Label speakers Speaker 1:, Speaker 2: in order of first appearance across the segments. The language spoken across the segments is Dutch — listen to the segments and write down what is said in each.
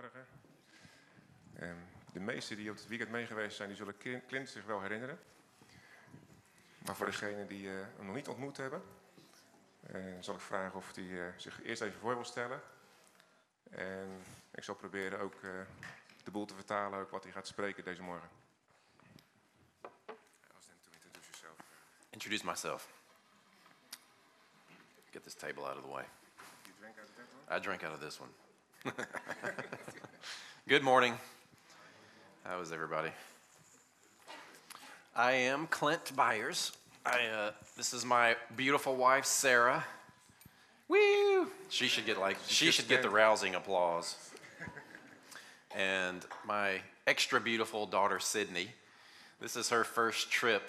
Speaker 1: dagen. En Ehm, de meesten die op het weekend meegeweest zijn, die zullen Clin- Clint zich wel herinneren. Maar voor degenen die eh, hem nog niet ontmoet hebben, eh, zal ik vragen of hij eh, zich eerst even voor wil stellen. En ik zal proberen ook eh, de boel te vertalen, ook wat hij gaat spreken deze morgen. Als hem to introduce yourself.
Speaker 2: Introduce myself. Get this table out of the way.
Speaker 1: You drank out of that one?
Speaker 2: I drank out of this one. Good morning. How is everybody? I am Clint Byers. I, uh, this is my beautiful wife, Sarah. Woo! She should get like she should get the rousing applause. And my extra beautiful daughter, Sydney. This is her first trip.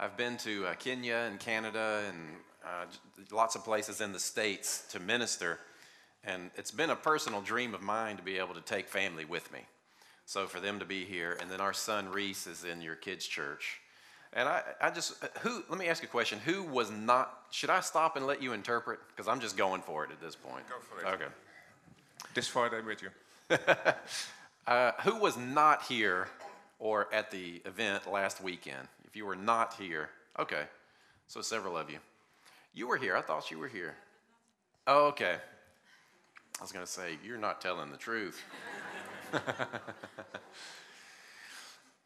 Speaker 2: I've been to uh, Kenya and Canada and uh, j- lots of places in the States to minister. And it's been a personal dream of mine to be able to take family with me. So for them to be here, and then our son Reese is in your kids' church. And I, I just, uh, who, let me ask you a question. Who was not, should I stop and let you interpret? Because I'm just going for it at this point.
Speaker 1: Go for it.
Speaker 2: Okay.
Speaker 1: This Friday with you.
Speaker 2: Uh, who was not here or at the event last weekend? If you were not here, okay. So several of you. You were here. I thought you were here. Oh, okay. I was going to say, you're not telling the truth.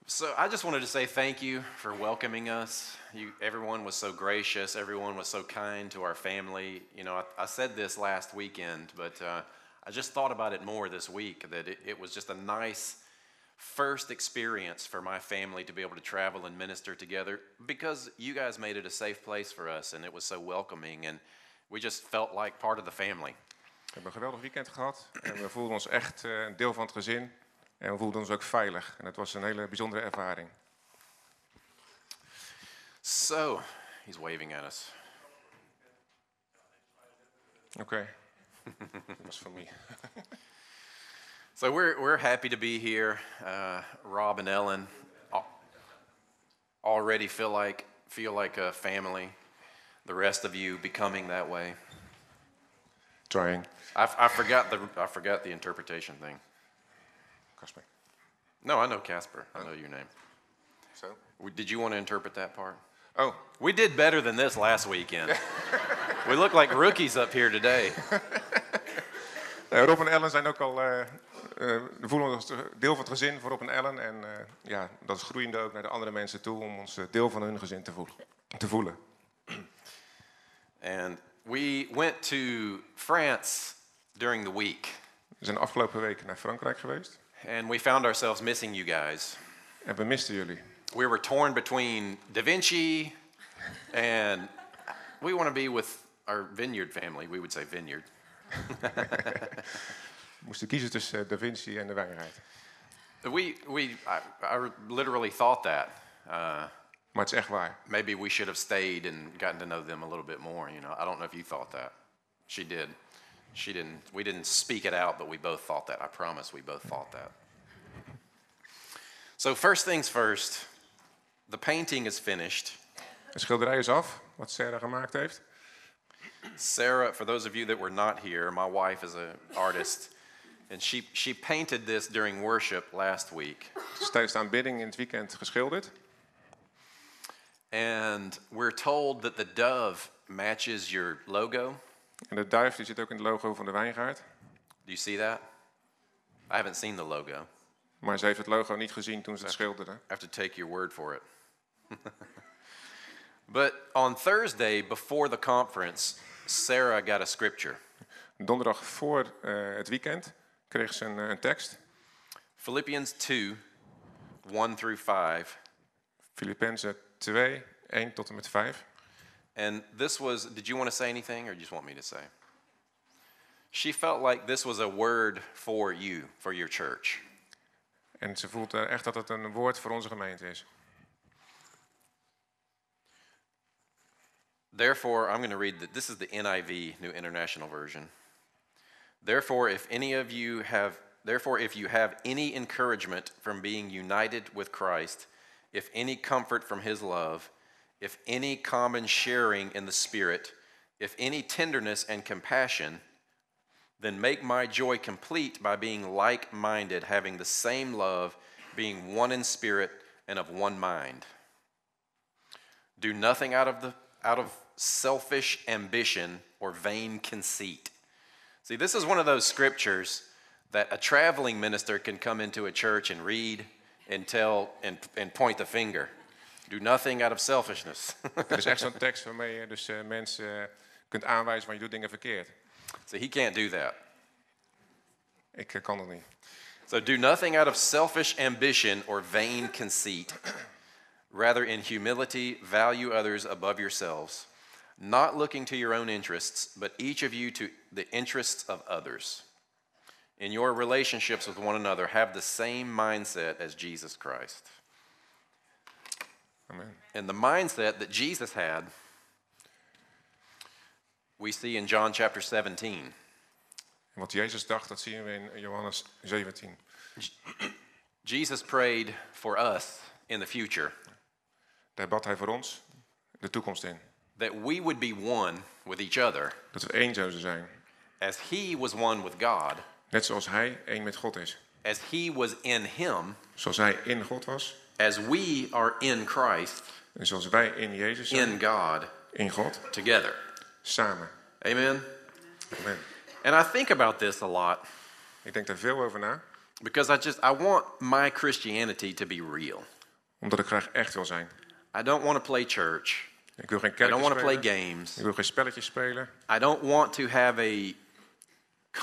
Speaker 2: so I just wanted to say thank you for welcoming us. You, everyone was so gracious. Everyone was so kind to our family. You know, I, I said this last weekend, but uh, I just thought about it more this week that it, it was just a nice first experience for my family to be able to travel and minister together because you guys made it a safe place for us and it was so welcoming and we just felt like part of the family.
Speaker 1: We hebben een geweldig weekend gehad en we voelden ons echt eh, een deel van het gezin. En we voelden ons ook veilig. En dat was een hele bijzondere ervaring.
Speaker 2: So, he's waving at us.
Speaker 1: Oké. dat was voor mij.
Speaker 2: So we're, we're happy to be here. Uh, Rob and Ellen al- already feel like feel like a family. The rest of you becoming that way.
Speaker 1: Trying.
Speaker 2: I, f- I forgot the I forgot the interpretation thing.
Speaker 1: Kasper.
Speaker 2: No, I know Casper. I know your name.
Speaker 1: Zo.
Speaker 2: W- Did you want to interpret that part?
Speaker 1: Oh,
Speaker 2: We did better than this last weekend. we look like rookies up here today.
Speaker 1: eh, Rob en Ellen zijn ook al. eh, eh, we voelen ons deel van het gezin voor Rob en Ellen. En eh, ja, dat is groeiende ook naar de andere mensen toe om ons eh, deel van hun gezin te voelen. Te voelen.
Speaker 2: And we went to France during the week,
Speaker 1: We zijn afgelopen week naar Frankrijk geweest
Speaker 2: and we found ourselves missing you guys.
Speaker 1: en we misten jullie.
Speaker 2: we were torn between Da Vinci and we want to be with our vineyard family. We would say vineyard.
Speaker 1: We moesten kiezen tussen eh, Da Vinci en de wijnrijd.
Speaker 2: We, we, I, I literally thought that. Uh,
Speaker 1: Maar het is echt waar.
Speaker 2: maybe we should have stayed and gotten to know them a little bit more. You know, I don't know if you thought that. She did. She didn't. We didn't speak it out, but we both thought that. I promise, we both thought that. So first things first, the painting is finished.
Speaker 1: De schilderij is af, wat Sarah gemaakt heeft.
Speaker 2: Sarah, for those of you that were not here, my wife is an artist, and she, she painted this during worship last week.
Speaker 1: Het is tijdens de aanbidding in het weekend geschilderd.
Speaker 2: And we're told that the dove matches your logo.
Speaker 1: En de duif die zit ook in het logo van de wijngaard.
Speaker 2: Do you see that? I haven't seen the logo.
Speaker 1: Maar ze heeft het logo niet gezien toen ze het schilderde.
Speaker 2: I have to take your word for it. but on Thursday, before the conference, Sarah got a scripture.
Speaker 1: Donderdag voor eh, het weekend kreeg ze een, eh, een tekst.
Speaker 2: Philippians 2 1 through 5.
Speaker 1: Filippenzen 2, 1 tot en met 5.
Speaker 2: And this was, did you want to say anything or you just want me to say? She felt like this was a word for you, for your church.
Speaker 1: En ze voelt eh, echt dat het een woord voor onze gemeente is.
Speaker 2: Therefore, I'm going to read that this is the NIV, New International Version. Therefore, if any of you have therefore if you have any encouragement from being united with Christ, if any comfort from his love, if any common sharing in the spirit, if any tenderness and compassion, Then make my joy complete by being like minded, having the same love, being one in spirit and of one mind. Do nothing out of, the, out of selfish ambition or vain conceit. See, this is one of those scriptures that a traveling minister can come into a church and read and tell and, and point the finger. Do nothing out of selfishness.
Speaker 1: Dit is echt zo'n tekst waarmee je dus eh, mensen eh, kunt aanwijzen van je doet dingen verkeerd.
Speaker 2: so he can't do that.
Speaker 1: Ik eh, kan dat niet.
Speaker 2: So do nothing out of selfish ambition or vain conceit. Rather, in humility, value others above yourselves, not looking to your own interests, but each of you to the interests of others. In your relationships with one another, have the same mindset as Jesus Christ.
Speaker 1: Amen.
Speaker 2: And the mindset that Jesus had, we see in John chapter 17.
Speaker 1: En wat Jezus dacht, dat zien we in Johannes 17.
Speaker 2: Jesus prayed for us in the future
Speaker 1: Daar bad hij voor ons de toekomst in.
Speaker 2: that we would be one with each other
Speaker 1: Dat we één zouden zijn.
Speaker 2: as he was one with God,
Speaker 1: Net zoals hij één met God is.
Speaker 2: as he was in him,
Speaker 1: Zoals hij in God was.
Speaker 2: as we are in Christ,
Speaker 1: En zoals wij in Jezus zijn.
Speaker 2: in God,
Speaker 1: In God.
Speaker 2: together.
Speaker 1: Samen.
Speaker 2: Amen.
Speaker 1: Amen.
Speaker 2: And I think about this a lot
Speaker 1: Ik denk daar veel over na.
Speaker 2: because I just I want my Christianity to be real.
Speaker 1: Omdat ik graag echt wil zijn.
Speaker 2: I don't want to play church.
Speaker 1: Ik wil geen
Speaker 2: I don't
Speaker 1: kerkje
Speaker 2: want to play
Speaker 1: spelen.
Speaker 2: games.
Speaker 1: Ik wil geen spelletjes spelen.
Speaker 2: I don't want to have a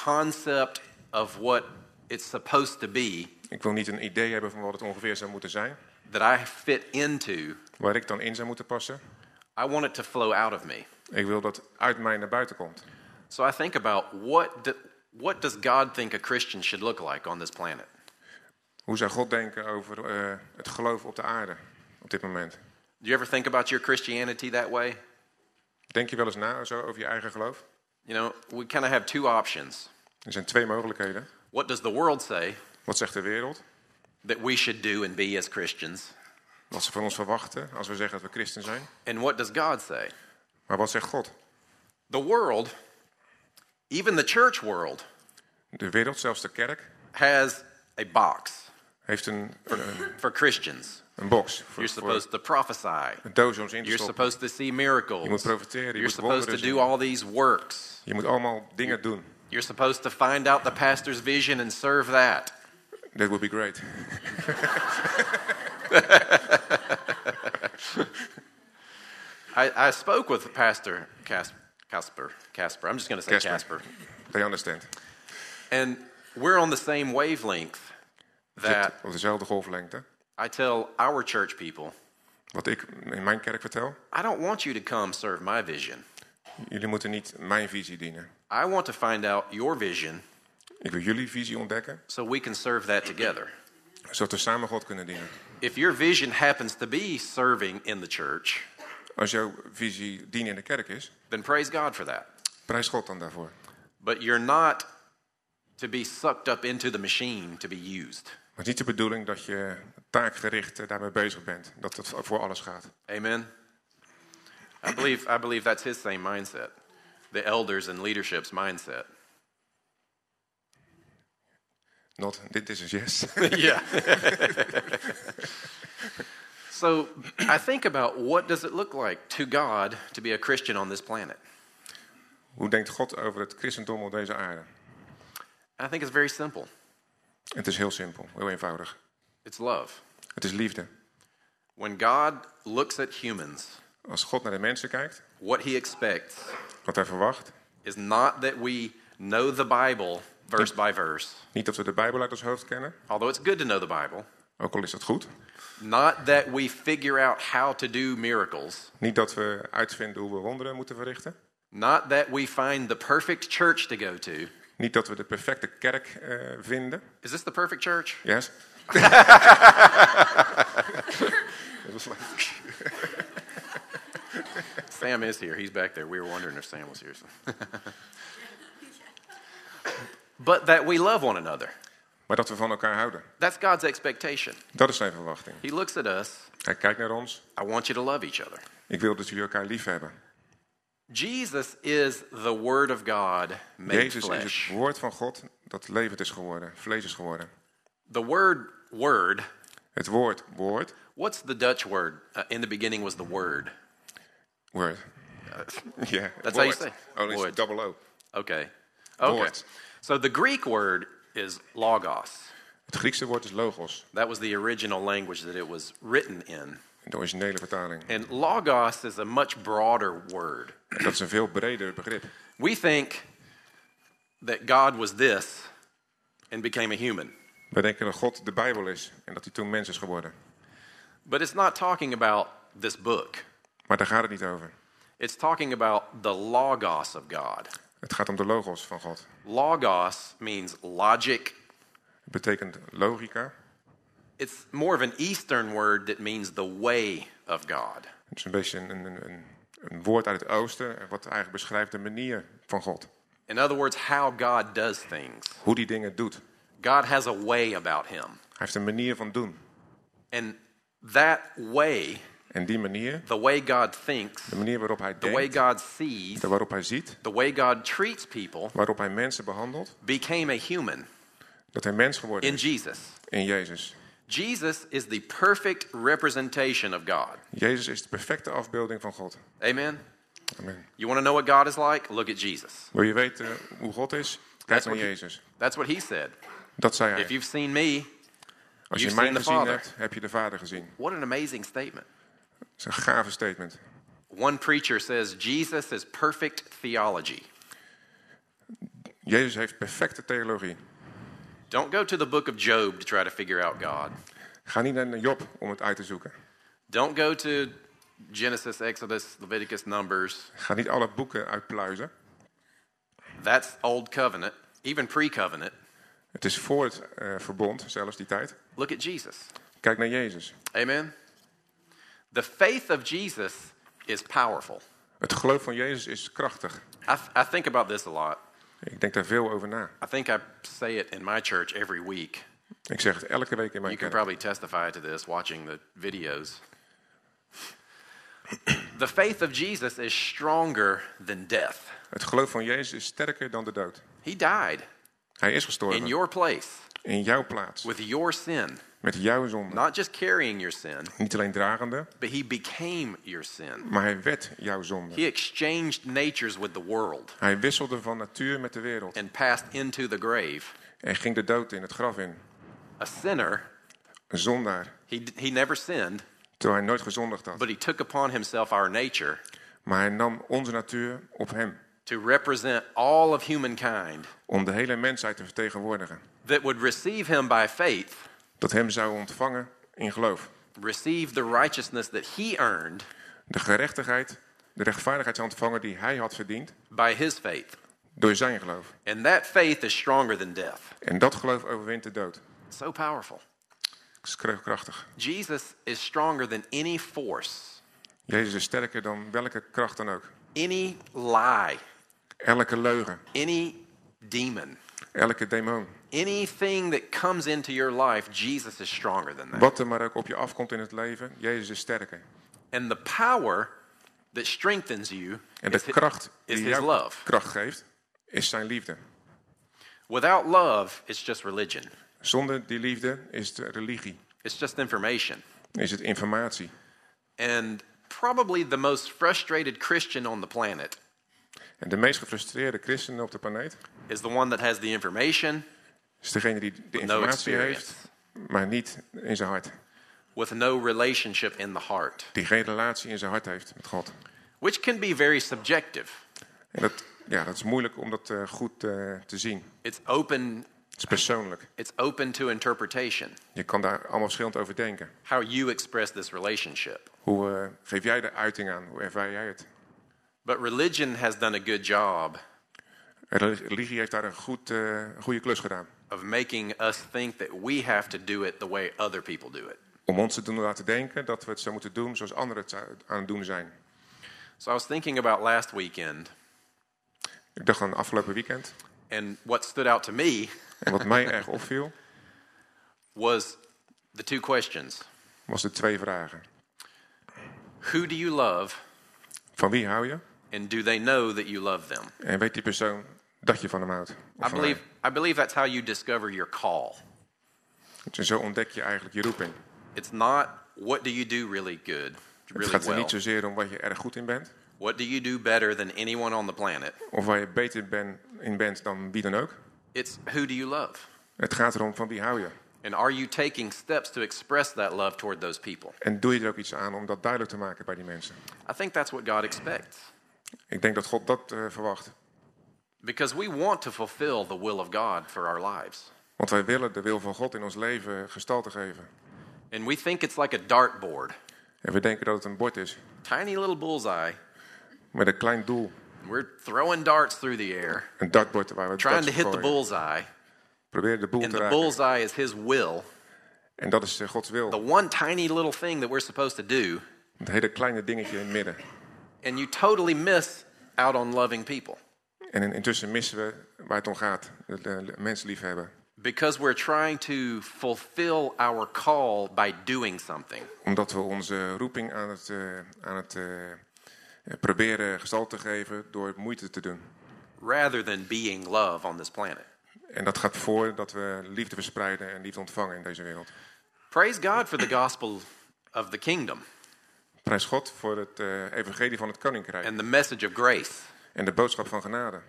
Speaker 2: concept of what it's supposed to be
Speaker 1: Ik wil niet een idee hebben van wat het ongeveer zou moeten zijn.
Speaker 2: that I fit into.
Speaker 1: Waar ik dan in zou moeten passen.
Speaker 2: I want it to flow out of me.
Speaker 1: Ik wil dat uit mij naar buiten komt.
Speaker 2: So I think about what do, what does God think a Christian should look like on this planet?
Speaker 1: Hoe zou God denken over eh, het geloof op de aarde op dit moment?
Speaker 2: Do you ever think about your Christianity that way?
Speaker 1: Denk je wel eens na zo over je eigen geloof?
Speaker 2: You know, we kind of have two options.
Speaker 1: Er zijn twee mogelijkheden.
Speaker 2: What does the world say
Speaker 1: Wat zegt de wereld?
Speaker 2: that we should do and be as Christians?
Speaker 1: Wat ze van ons verwachten als we zeggen dat we christen zijn?
Speaker 2: And what does God say?
Speaker 1: Maar wat zegt God?
Speaker 2: The world, even the church world,
Speaker 1: De wereld, zelfs de kerk,
Speaker 2: has a box
Speaker 1: heeft een, een,
Speaker 2: for Christians.
Speaker 1: een box. Voor, voor
Speaker 2: You're supposed to prophesy.
Speaker 1: een doos om ze in te
Speaker 2: You're
Speaker 1: stoppen.
Speaker 2: supposed to see
Speaker 1: Je moet
Speaker 2: miracles.
Speaker 1: profiteren, je
Speaker 2: You're
Speaker 1: moet
Speaker 2: supposed to
Speaker 1: wonderen
Speaker 2: do
Speaker 1: zien.
Speaker 2: all these works.
Speaker 1: Je moet allemaal dingen doen.
Speaker 2: You're supposed to find out the pastor's vision and serve that.
Speaker 1: That would be great.
Speaker 2: I, I spoke with Pastor Cas- Casper. Casper. I'm just going to say
Speaker 1: Casper.
Speaker 2: Casper.
Speaker 1: They understand.
Speaker 2: And we're on the same wavelength that
Speaker 1: Zit op dezelfde golflengte.
Speaker 2: I tell our church people
Speaker 1: Wat ik in mijn kerk vertel.
Speaker 2: I don't want you to come serve my vision.
Speaker 1: Jullie moeten niet mijn visie dienen.
Speaker 2: I want to find out your vision
Speaker 1: Ik wil jullie visie ontdekken,
Speaker 2: so we can serve that together.
Speaker 1: zodat we samen God kunnen dienen.
Speaker 2: If your vision happens to be serving in the church,
Speaker 1: Als jouw visie dienen in de kerk is,
Speaker 2: then praise God for that.
Speaker 1: prijs God dan daarvoor.
Speaker 2: But you're not to be sucked up into the machine to be used.
Speaker 1: Maar het is niet de bedoeling dat je taakgericht eh, daarmee bezig bent. Dat het voor alles gaat.
Speaker 2: Amen. I believe I believe that's his same mindset. The elders and leadership's mindset.
Speaker 1: Not, dit is een yes.
Speaker 2: yeah. so I think about what does it look like to God to be a Christian on this planet?
Speaker 1: Hoe denkt God over het christendom op deze aarde?
Speaker 2: I think it's very simple.
Speaker 1: Het is heel simpel, heel eenvoudig.
Speaker 2: It's love.
Speaker 1: Het is liefde.
Speaker 2: When God looks at humans,
Speaker 1: Als God naar de mensen kijkt,
Speaker 2: what he expects
Speaker 1: wat hij verwacht,
Speaker 2: is not that we know the Bible verse by verse,
Speaker 1: niet dat we de Bijbel uit ons hoofd kennen,
Speaker 2: although it's good to know the Bible,
Speaker 1: ook al is dat goed.
Speaker 2: not that we figure out how to do miracles,
Speaker 1: Niet dat we uitvinden hoe we wonderen moeten verrichten.
Speaker 2: Not that we find the perfect church to go to.
Speaker 1: Niet dat we de perfecte kerk eh, vinden.
Speaker 2: Is this the perfect church?
Speaker 1: Yes? Dat was leuk.
Speaker 2: Sam is here. He's back there. We were wondering if Sam was here. but that we love one another.
Speaker 1: maar dat we van elkaar houden.
Speaker 2: That's God's expectation.
Speaker 1: Dat is zijn verwachting.
Speaker 2: He looks at us.
Speaker 1: Hij kijkt naar ons.
Speaker 2: I want you to love each other.
Speaker 1: Ik wil dat jullie elkaar lief hebben.
Speaker 2: Jesus is the Word of God made
Speaker 1: Jezus is
Speaker 2: flesh.
Speaker 1: het woord van God dat levend is geworden, vlees is geworden.
Speaker 2: The word word,
Speaker 1: Het woord, woord,
Speaker 2: what's the Dutch word? Uh, in the beginning was the word. Uh,
Speaker 1: woord. Ja,
Speaker 2: That's how you
Speaker 1: woord.
Speaker 2: say.
Speaker 1: Only it's
Speaker 2: Woord.
Speaker 1: double O.
Speaker 2: Okay. Okay.
Speaker 1: Woord.
Speaker 2: So the Greek word is logos.
Speaker 1: Het Griekse woord is logos,
Speaker 2: That was the original language that it was written in.
Speaker 1: de originele vertaling.
Speaker 2: And logos is a much broader word.
Speaker 1: Dat is een veel breder begrip.
Speaker 2: We think that God was this and became a human.
Speaker 1: We denken dat God de Bijbel is en dat hij toen mens is geworden.
Speaker 2: But it's not talking about this book.
Speaker 1: Maar daar gaat het niet over.
Speaker 2: It's talking about the logos of God.
Speaker 1: Het gaat om de logos van God.
Speaker 2: Logos means logic.
Speaker 1: Het betekent logica.
Speaker 2: It's more of an Eastern word that means the way of God.
Speaker 1: Het is een beetje een, een, een, een woord uit het oosten, wat eigenlijk beschrijft de manier van God.
Speaker 2: In other words, how God does things.
Speaker 1: Hoe die dingen doet.
Speaker 2: God has a way about him.
Speaker 1: Hij heeft een manier van doen.
Speaker 2: And that way,
Speaker 1: En die manier,
Speaker 2: the way God thinks,
Speaker 1: de manier waarop hij
Speaker 2: the way
Speaker 1: denkt,
Speaker 2: God sees,
Speaker 1: de waarop hij ziet,
Speaker 2: the way God treats people,
Speaker 1: waarop hij mensen behandelt,
Speaker 2: became a human
Speaker 1: dat hij mens geworden
Speaker 2: in
Speaker 1: is
Speaker 2: Jesus.
Speaker 1: in Jezus.
Speaker 2: Jesus is the perfect representation of God.
Speaker 1: Jezus is de perfecte afbeelding van God.
Speaker 2: Amen.
Speaker 1: Amen.
Speaker 2: You want to know what God is like? Look at Jesus.
Speaker 1: Wil je weten hoe God is? Kijk naar Jezus.
Speaker 2: That's what he said.
Speaker 1: Dat zei
Speaker 2: If
Speaker 1: hij.
Speaker 2: you've seen me,
Speaker 1: Als je
Speaker 2: you've
Speaker 1: mij
Speaker 2: seen the
Speaker 1: gezien
Speaker 2: Father.
Speaker 1: hebt, heb je de Vader gezien.
Speaker 2: what an amazing statement.
Speaker 1: Dat is een gave statement.
Speaker 2: One preacher says Jesus is perfect theology.
Speaker 1: Jezus heeft perfecte theologie.
Speaker 2: Don't go to the book of Job to try to figure out God.
Speaker 1: Ga niet naar Job om het uit te zoeken.
Speaker 2: Don't go to Genesis, Exodus, Leviticus, Numbers.
Speaker 1: Ga niet alle boeken uitpluizen.
Speaker 2: That's old covenant, even pre covenant.
Speaker 1: Het is voor het eh, verbond, zelfs die tijd.
Speaker 2: Look at Jesus.
Speaker 1: Kijk naar Jezus.
Speaker 2: Amen. The faith of Jesus is powerful.
Speaker 1: Het geloof van Jezus is krachtig.
Speaker 2: I, I think about this a lot.
Speaker 1: Ik denk daar veel over na.
Speaker 2: I think I say it in my church every week.
Speaker 1: Ik zeg het elke week in mijn
Speaker 2: You can
Speaker 1: kerk.
Speaker 2: probably testify to this watching the videos. the faith of Jesus is stronger than death.
Speaker 1: Het geloof van Jezus is sterker dan de dood.
Speaker 2: He died
Speaker 1: Hij is
Speaker 2: in
Speaker 1: gestorven
Speaker 2: your place
Speaker 1: in jouw plaats,
Speaker 2: with your sin,
Speaker 1: met jouw zonde.
Speaker 2: not just carrying your sin,
Speaker 1: Niet alleen dragende,
Speaker 2: but he became your sin.
Speaker 1: maar hij werd jouw zonde.
Speaker 2: He exchanged natures with the world
Speaker 1: Hij wisselde van natuur met de wereld
Speaker 2: and passed into the grave.
Speaker 1: en ging de dood in het graf in.
Speaker 2: A sinner,
Speaker 1: Een zondaar,
Speaker 2: he, he never sinned,
Speaker 1: terwijl hij nooit gezondigd had.
Speaker 2: but he took upon himself our nature
Speaker 1: Maar hij nam onze natuur op hem,
Speaker 2: to represent all of humankind
Speaker 1: om de hele mensheid te vertegenwoordigen.
Speaker 2: that would receive him by faith,
Speaker 1: Dat hem zou ontvangen in geloof.
Speaker 2: receive the righteousness that he earned
Speaker 1: De gerechtigheid, de rechtvaardigheid zou ontvangen die hij had verdiend
Speaker 2: by his faith.
Speaker 1: door zijn geloof.
Speaker 2: And that faith is stronger than death.
Speaker 1: En dat geloof overwint de dood.
Speaker 2: So powerful.
Speaker 1: Dat is krachtig.
Speaker 2: Jesus is stronger than any force,
Speaker 1: Jezus is sterker dan welke kracht dan ook.
Speaker 2: any lie,
Speaker 1: Elke leugen,
Speaker 2: any demon,
Speaker 1: elke demon.
Speaker 2: anything that comes into your life, Jesus is stronger than that.
Speaker 1: Wat er maar ook op je afkomt in het leven, Jezus is sterker.
Speaker 2: And the power that strengthens you
Speaker 1: En de
Speaker 2: is, hi-
Speaker 1: kracht
Speaker 2: is
Speaker 1: die
Speaker 2: his
Speaker 1: jou
Speaker 2: love.
Speaker 1: kracht geeft, is zijn liefde.
Speaker 2: Without love, it's just religion,
Speaker 1: Zonder die liefde is het religie,
Speaker 2: it's just information.
Speaker 1: is het informatie.
Speaker 2: And probably the most frustrated Christian on the planet
Speaker 1: En de meest gefrustreerde christenen op de planeet
Speaker 2: is the one that has the information
Speaker 1: is degene die de
Speaker 2: no
Speaker 1: informatie
Speaker 2: experience,
Speaker 1: heeft, maar niet in zijn hart.
Speaker 2: with no relationship in the heart,
Speaker 1: Die geen relatie in zijn hart heeft met God.
Speaker 2: which can be very subjective.
Speaker 1: En dat, ja, dat is moeilijk om dat eh, goed eh, te zien.
Speaker 2: It's open,
Speaker 1: Het is persoonlijk.
Speaker 2: it's open to interpretation,
Speaker 1: Je kan daar allemaal verschillend over denken.
Speaker 2: how you express this relationship.
Speaker 1: Hoe eh, geef jij de uiting aan? Hoe ervaar jij het?
Speaker 2: But religion has done a good job
Speaker 1: Religie heeft daar een goed, eh, een goede klus gedaan.
Speaker 2: of making us think that we have to do it the way other people do it.
Speaker 1: Om ons te doen laten denken dat we het zo moeten doen zoals anderen het zou- aan het doen zijn.
Speaker 2: So I was thinking about last weekend,
Speaker 1: Ik dacht aan afgelopen weekend.
Speaker 2: and what stood out to me
Speaker 1: En wat mij erg opviel,
Speaker 2: was the two questions
Speaker 1: was de twee vragen.
Speaker 2: Who do you love
Speaker 1: Van wie hou je?
Speaker 2: And do they know that you love them?
Speaker 1: En weet die persoon dat je van hem houdt?
Speaker 2: I
Speaker 1: Of van
Speaker 2: believe,
Speaker 1: haar?
Speaker 2: I believe that's how you discover your call.
Speaker 1: En Dus zo ontdek je eigenlijk je roeping.
Speaker 2: It's not what do you do really good,
Speaker 1: het
Speaker 2: really
Speaker 1: gaat er
Speaker 2: well.
Speaker 1: niet zozeer om wat je erg goed in bent.
Speaker 2: What do you do better than anyone on the planet?
Speaker 1: Of waar je beter ben, in bent dan wie dan ook.
Speaker 2: It's who do you love?
Speaker 1: Het gaat erom van wie hou je.
Speaker 2: And are you taking steps to express that love toward those people?
Speaker 1: En doe je er ook iets aan om dat duidelijk te maken bij die mensen.
Speaker 2: I think that's what God expects.
Speaker 1: Ik denk dat God dat eh, verwacht.
Speaker 2: Because we want to fulfill the will of God for our lives.
Speaker 1: Want wij willen de wil van God in ons leven gestalte geven.
Speaker 2: And we think it's like a dartboard
Speaker 1: En we denken dat het een bord is
Speaker 2: tiny little bullseye.
Speaker 1: met een klein doel.
Speaker 2: We're throwing darts through the air,
Speaker 1: Een dartbord waar we
Speaker 2: trying
Speaker 1: darts
Speaker 2: to hit the
Speaker 1: gooien.
Speaker 2: bullseye.
Speaker 1: Probeer de boel
Speaker 2: And
Speaker 1: te
Speaker 2: the
Speaker 1: raken.
Speaker 2: bullseye is His will.
Speaker 1: En dat is eh, Gods wil.
Speaker 2: The one tiny little thing that we're supposed to do.
Speaker 1: Het hele kleine dingetje in het midden.
Speaker 2: And you totally miss out on loving people.
Speaker 1: En in- intussen missen we waar het om gaat. De, de- de mensen liefhebben.
Speaker 2: Because we're trying to fulfill our call by doing something.
Speaker 1: Omdat we onze roeping aan het, eh, aan het eh, eh, proberen gestalte te geven door moeite te doen.
Speaker 2: rather than being love on this planet.
Speaker 1: En dat gaat voor dat we liefde verspreiden en liefde ontvangen in deze wereld.
Speaker 2: Praise God for the gospel of the kingdom
Speaker 1: Prijs God voor het eh, evangelie van het koninkrijk
Speaker 2: and the message of grace.
Speaker 1: en de boodschap van genade.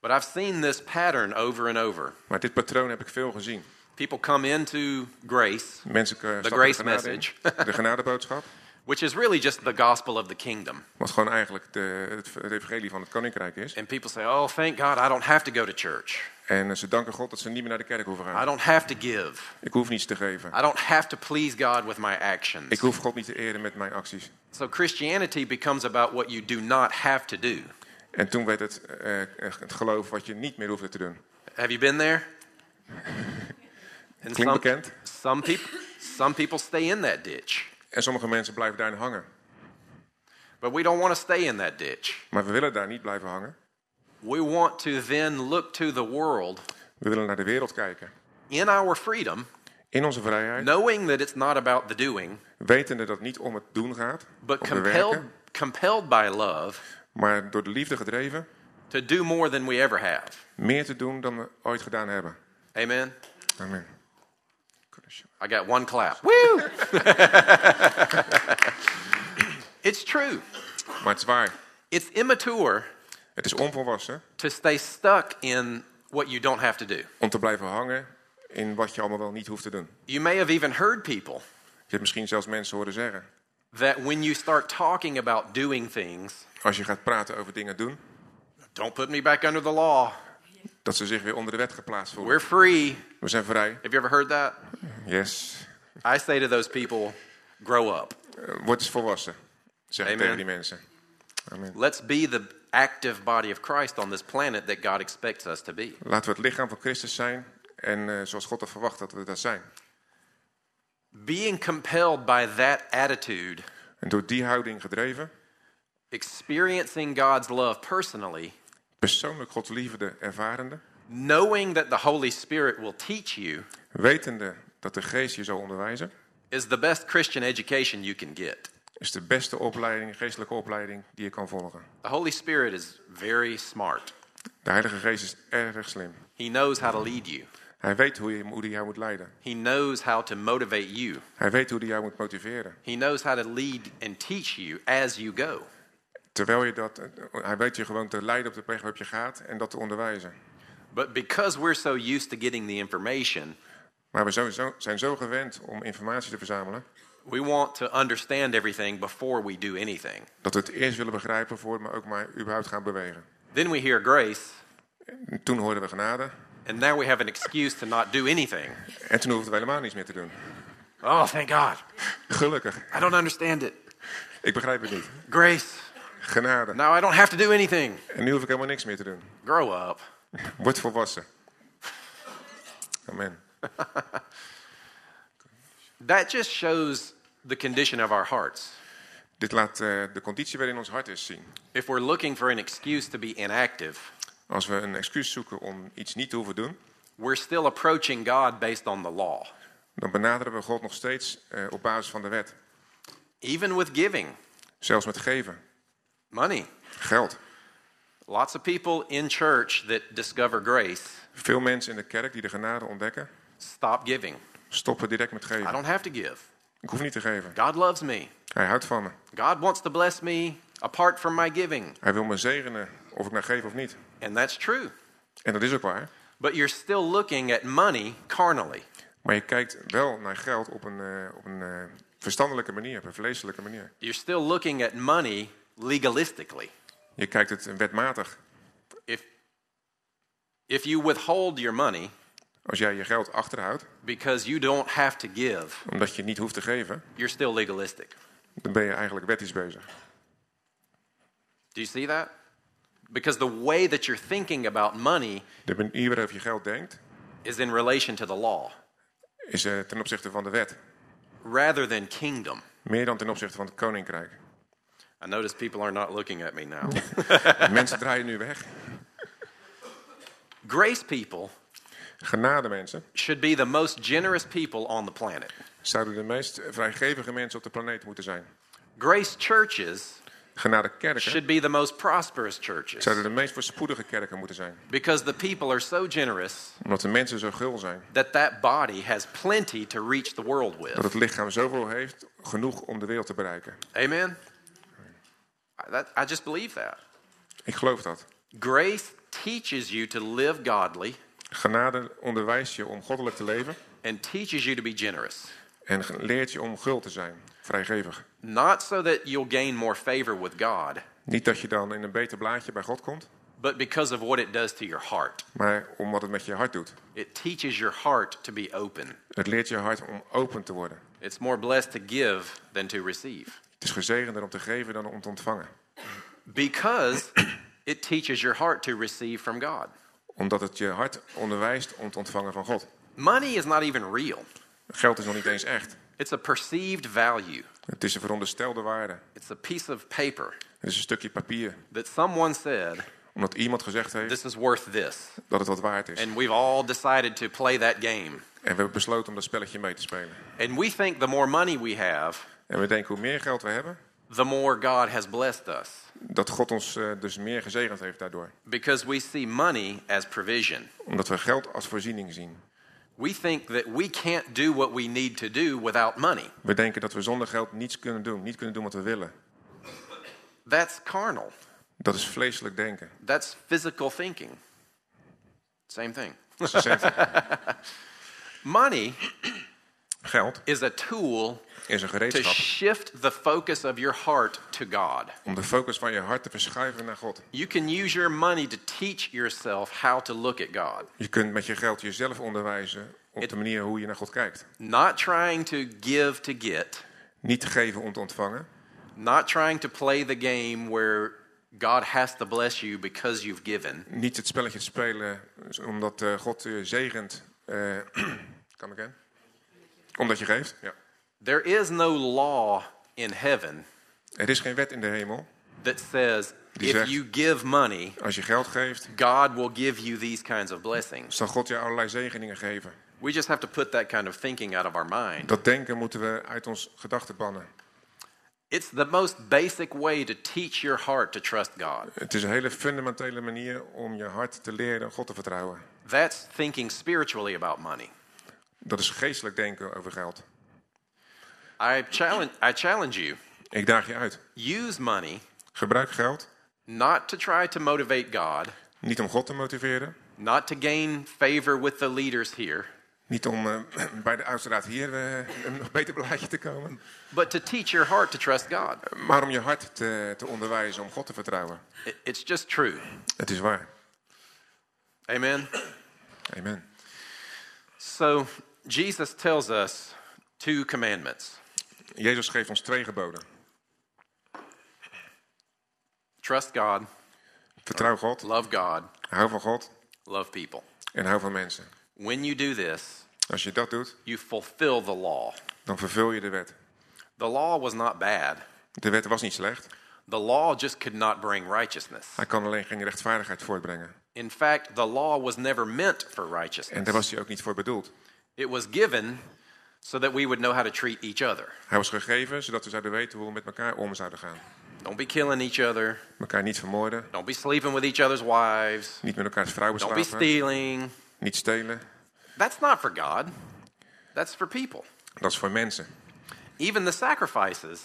Speaker 2: But I've seen this pattern over and over.
Speaker 1: Maar dit patroon heb ik veel gezien.
Speaker 2: People come into grace,
Speaker 1: Mensen eh, stappen de
Speaker 2: grace
Speaker 1: genade in,
Speaker 2: message.
Speaker 1: de genadeboodschap.
Speaker 2: which is really just the gospel of the kingdom.
Speaker 1: Wat gewoon eigenlijk de, het, het evangelie van het koninkrijk is.
Speaker 2: And people say, oh, thank God, I don't have to go to church.
Speaker 1: En eh, ze danken God dat ze niet meer naar de kerk hoeven
Speaker 2: I
Speaker 1: gaan.
Speaker 2: don't have to give.
Speaker 1: Ik hoef niets te geven.
Speaker 2: I don't have to please God with my
Speaker 1: Ik
Speaker 2: actions.
Speaker 1: hoef God niet te eren met mijn acties.
Speaker 2: So Christianity becomes about what you do not have to do.
Speaker 1: En toen werd het eh, eh, het geloof wat je niet meer hoefde te doen.
Speaker 2: Have you been there? And
Speaker 1: Klinkt
Speaker 2: some,
Speaker 1: bekend.
Speaker 2: some people some people stay in that ditch.
Speaker 1: En sommige mensen blijven daarin hangen.
Speaker 2: But we don't want to stay in that ditch.
Speaker 1: Maar we willen daar niet blijven hangen.
Speaker 2: We want to then look to the world
Speaker 1: We willen naar de wereld kijken.
Speaker 2: in our freedom,
Speaker 1: In onze vrijheid,
Speaker 2: knowing that it's not about the doing,
Speaker 1: wetende dat het niet om het doen gaat,
Speaker 2: but
Speaker 1: om de
Speaker 2: compelled
Speaker 1: werken,
Speaker 2: compelled by love
Speaker 1: maar door de liefde gedreven,
Speaker 2: to do more than we ever have.
Speaker 1: meer te doen dan we ooit gedaan hebben.
Speaker 2: Amen.
Speaker 1: Amen.
Speaker 2: I got one clap. Woo! it's true.
Speaker 1: Maar het is waar.
Speaker 2: It's immature
Speaker 1: Het is onvolwassen
Speaker 2: to stay stuck in what you don't have to do.
Speaker 1: om te blijven hangen in wat je allemaal wel niet hoeft te doen.
Speaker 2: You may have even heard people
Speaker 1: Je hebt misschien zelfs mensen horen zeggen.
Speaker 2: that when you start talking about doing things,
Speaker 1: Als je gaat praten over dingen doen,
Speaker 2: don't put me back under the law.
Speaker 1: dat ze zich weer onder de wet geplaatst voelen.
Speaker 2: We're free.
Speaker 1: We zijn vrij.
Speaker 2: Have you ever heard that?
Speaker 1: Yes.
Speaker 2: I say to those people, grow up.
Speaker 1: Eh, Word eens volwassen, zeg ik
Speaker 2: Amen.
Speaker 1: tegen die mensen. Amen.
Speaker 2: Let's be the active body of Christ on this planet that God expects us to be.
Speaker 1: Laten we het lichaam van Christus zijn en eh, zoals God dat verwacht dat we dat zijn.
Speaker 2: Being compelled by that attitude,
Speaker 1: En door die houding gedreven,
Speaker 2: experiencing God's love personally,
Speaker 1: persoonlijk Gods liefde ervarende,
Speaker 2: knowing that the Holy Spirit will teach you,
Speaker 1: wetende dat de geest je zal onderwijzen,
Speaker 2: is the best Christian education you can get.
Speaker 1: is de beste opleiding, geestelijke opleiding die je kan volgen.
Speaker 2: The Holy Spirit is very smart,
Speaker 1: De Heilige Geest is erg slim.
Speaker 2: He knows how to lead you,
Speaker 1: Hij weet hoe, je, hoe hij jou moet leiden.
Speaker 2: He knows how to motivate you,
Speaker 1: Hij weet hoe hij jou moet motiveren.
Speaker 2: He knows how to lead and teach you as you go.
Speaker 1: Terwijl je dat, hij weet je gewoon te leiden op de weg waarop je gaat en dat te onderwijzen.
Speaker 2: But because we're so used to getting the information,
Speaker 1: Maar we zijn zo, zijn zo gewend om informatie te verzamelen,
Speaker 2: We want to understand everything before we do anything.
Speaker 1: dat we het eerst willen begrijpen voor we ook maar überhaupt gaan bewegen.
Speaker 2: Then we hear grace,
Speaker 1: En toen hoorden we genade
Speaker 2: and now we have an excuse to not do anything.
Speaker 1: en toen hoefden we helemaal niets meer te doen.
Speaker 2: Oh, thank God.
Speaker 1: Gelukkig,
Speaker 2: I don't understand it.
Speaker 1: ik begrijp het niet.
Speaker 2: Grace.
Speaker 1: Genade.
Speaker 2: Now I don't have to do anything.
Speaker 1: En nu hoef ik helemaal niks meer te doen.
Speaker 2: Grow up.
Speaker 1: Word volwassen. Amen.
Speaker 2: That just shows the condition of our hearts.
Speaker 1: Dit laat eh, de conditie waarin ons hart is zien.
Speaker 2: If we're looking for an excuse to be inactive,
Speaker 1: Als we een excuus zoeken om iets niet te hoeven doen,
Speaker 2: we're still approaching God based on the law.
Speaker 1: dan benaderen we God nog steeds eh, op basis van de wet.
Speaker 2: Even with giving
Speaker 1: Zelfs met geven,
Speaker 2: money,
Speaker 1: Geld.
Speaker 2: Lots of people in church that discover grace
Speaker 1: Veel mensen in de kerk die de genade ontdekken,
Speaker 2: stop giving.
Speaker 1: stoppen direct met
Speaker 2: I
Speaker 1: geven.
Speaker 2: don't have to give.
Speaker 1: Ik hoef niet te geven.
Speaker 2: God loves me.
Speaker 1: Hij houdt van me.
Speaker 2: God wants to bless me apart from my giving.
Speaker 1: Hij wil me zegenen, of ik nou geef of niet.
Speaker 2: And that's true.
Speaker 1: En dat is ook waar.
Speaker 2: But you're still looking at money carnally.
Speaker 1: Maar je kijkt wel naar geld op een, eh, op een eh, verstandelijke manier, op een vleeselijke manier.
Speaker 2: You're still looking at money legalistically.
Speaker 1: Je kijkt het wetmatig.
Speaker 2: If, if you withhold your money
Speaker 1: Als jij je geld achterhoudt,
Speaker 2: because you don't have to give,
Speaker 1: omdat je het niet hoeft te geven,
Speaker 2: you're still legalistic.
Speaker 1: dan ben je eigenlijk wettisch bezig.
Speaker 2: Do you see that? Because the way that you're thinking about money
Speaker 1: De manier waarop je geld denkt,
Speaker 2: is in relation to the law
Speaker 1: is eh, ten opzichte van de wet.
Speaker 2: rather than kingdom.
Speaker 1: Meer dan ten opzichte van het koninkrijk.
Speaker 2: I notice people are not looking at me now.
Speaker 1: Mensen draaien nu weg.
Speaker 2: Grace people
Speaker 1: Genade mensen
Speaker 2: should be the most generous people on the planet.
Speaker 1: zouden de meest vrijgevige mensen op de planeet moeten zijn.
Speaker 2: Grace churches
Speaker 1: Genade kerken
Speaker 2: should be the most prosperous churches
Speaker 1: zouden de meest voorspoedige kerken moeten zijn.
Speaker 2: because the people are so generous
Speaker 1: Omdat de mensen zo gul zijn.
Speaker 2: that that body has plenty to reach the world
Speaker 1: Dat
Speaker 2: with.
Speaker 1: het lichaam zoveel heeft, genoeg om de wereld te bereiken.
Speaker 2: Amen. I, that, I just believe that.
Speaker 1: Ik geloof dat.
Speaker 2: Grace teaches you to live godly
Speaker 1: Genade onderwijst je om goddelijk te leven
Speaker 2: and teaches you to be generous.
Speaker 1: en ge- leert je om gul te zijn, vrijgevig.
Speaker 2: Not so that you'll gain more favor with God,
Speaker 1: Niet dat je dan in een beter blaadje bij God komt,
Speaker 2: but because of what it does to your heart.
Speaker 1: maar om wat het met je hart doet.
Speaker 2: It teaches your heart to be open.
Speaker 1: Het leert je hart om open te worden.
Speaker 2: It's more blessed to give than to receive
Speaker 1: Het is gezegender om te geven dan om te ontvangen.
Speaker 2: because it teaches your heart to receive from God.
Speaker 1: Omdat het je hart onderwijst om te ontvangen van God.
Speaker 2: Money is not even real,
Speaker 1: Geld is nog niet eens echt.
Speaker 2: it's a perceived value,
Speaker 1: Het is een veronderstelde waarde.
Speaker 2: it's a piece of paper
Speaker 1: Het is een stukje papier.
Speaker 2: that someone said,
Speaker 1: Omdat iemand gezegd heeft
Speaker 2: This is worth this.
Speaker 1: dat het wat waard is.
Speaker 2: And we've all decided to play that game.
Speaker 1: En we hebben besloten om dat spelletje mee te spelen.
Speaker 2: And we think the more money we have,
Speaker 1: En we denken hoe meer geld we hebben,
Speaker 2: the more God has blessed us
Speaker 1: dat God ons eh, dus meer gezegend heeft daardoor.
Speaker 2: because we see money as provision.
Speaker 1: Omdat we geld als voorziening zien.
Speaker 2: We think that we can't do what we need to do without money.
Speaker 1: We denken dat we zonder geld niets kunnen doen. Niet kunnen doen wat we willen.
Speaker 2: That's carnal.
Speaker 1: Dat is vleeselijk denken.
Speaker 2: That's physical thinking. Same thing.
Speaker 1: Dat is hetzelfde.
Speaker 2: Money
Speaker 1: geld
Speaker 2: is a tool
Speaker 1: is een
Speaker 2: to
Speaker 1: gereedschap
Speaker 2: shift the focus of your heart to God.
Speaker 1: om de focus van je hart te verschuiven naar God.
Speaker 2: You can use your money to teach yourself how to look at God,
Speaker 1: Je kunt met je geld jezelf onderwijzen op de manier hoe je naar God kijkt.
Speaker 2: not trying to give to get,
Speaker 1: Niet te geven om te ontvangen.
Speaker 2: not trying to play the game where God has to bless you because you've given.
Speaker 1: Niet het spelletje te spelen omdat eh, God je zegent. eh, kan ik hè? Omdat je geeft. Ja.
Speaker 2: There is no law in heaven
Speaker 1: Er is geen wet in de hemel.
Speaker 2: that says
Speaker 1: Die
Speaker 2: if
Speaker 1: zegt-
Speaker 2: you give money,
Speaker 1: Als je geld geeft,
Speaker 2: God will give you these kinds of blessings.
Speaker 1: zal God je allerlei zegeningen geven.
Speaker 2: We just have to put that kind of thinking out of our mind.
Speaker 1: Dat denken moeten we uit ons gedachten bannen.
Speaker 2: It's the most basic way to teach your heart to trust God.
Speaker 1: Het is een hele fundamentele manier om je hart te leren God te vertrouwen.
Speaker 2: That's thinking spiritually about money.
Speaker 1: Dat is geestelijk denken over geld.
Speaker 2: I challenge, I challenge you
Speaker 1: Ik daag je uit.
Speaker 2: use money
Speaker 1: Gebruik geld
Speaker 2: not to try to motivate God,
Speaker 1: niet om God te motiveren.
Speaker 2: not to gain favor with the leaders here,
Speaker 1: Niet om eh, bij de oudste raad hier eh, een nog beter belaadje te komen.
Speaker 2: but to teach your heart to trust God.
Speaker 1: Maar om je hart te, te onderwijzen om God te vertrouwen.
Speaker 2: It- It's just true.
Speaker 1: Het is waar.
Speaker 2: Amen.
Speaker 1: Amen.
Speaker 2: So, Jesus tells us two commandments
Speaker 1: Jezus geeft ons twee geboden.
Speaker 2: trust God,
Speaker 1: Vertrouw God,
Speaker 2: love God,
Speaker 1: hou van God
Speaker 2: love people.
Speaker 1: en hou van mensen.
Speaker 2: When you do this,
Speaker 1: Als je dat doet,
Speaker 2: you fulfill the law.
Speaker 1: dan vervul je de wet.
Speaker 2: The law was not bad.
Speaker 1: De wet was niet slecht.
Speaker 2: The law just could not bring righteousness.
Speaker 1: Hij kan alleen geen rechtvaardigheid voortbrengen.
Speaker 2: In fact, the law was never meant for righteousness.
Speaker 1: En daar was hij ook niet voor bedoeld.
Speaker 2: It was given so that we would know how to treat each other.
Speaker 1: Hij was gegeven zodat we zouden weten hoe we met elkaar om zouden gaan.
Speaker 2: Don't be killing each other.
Speaker 1: Elkaar niet vermoorden.
Speaker 2: Don't be sleeping with each other's wives.
Speaker 1: Niet met elkaars vrouwen
Speaker 2: Don't be
Speaker 1: slapen.
Speaker 2: stealing.
Speaker 1: Niet stelen.
Speaker 2: That's not for God. That's for people.
Speaker 1: Dat is voor mensen.
Speaker 2: Even the sacrifices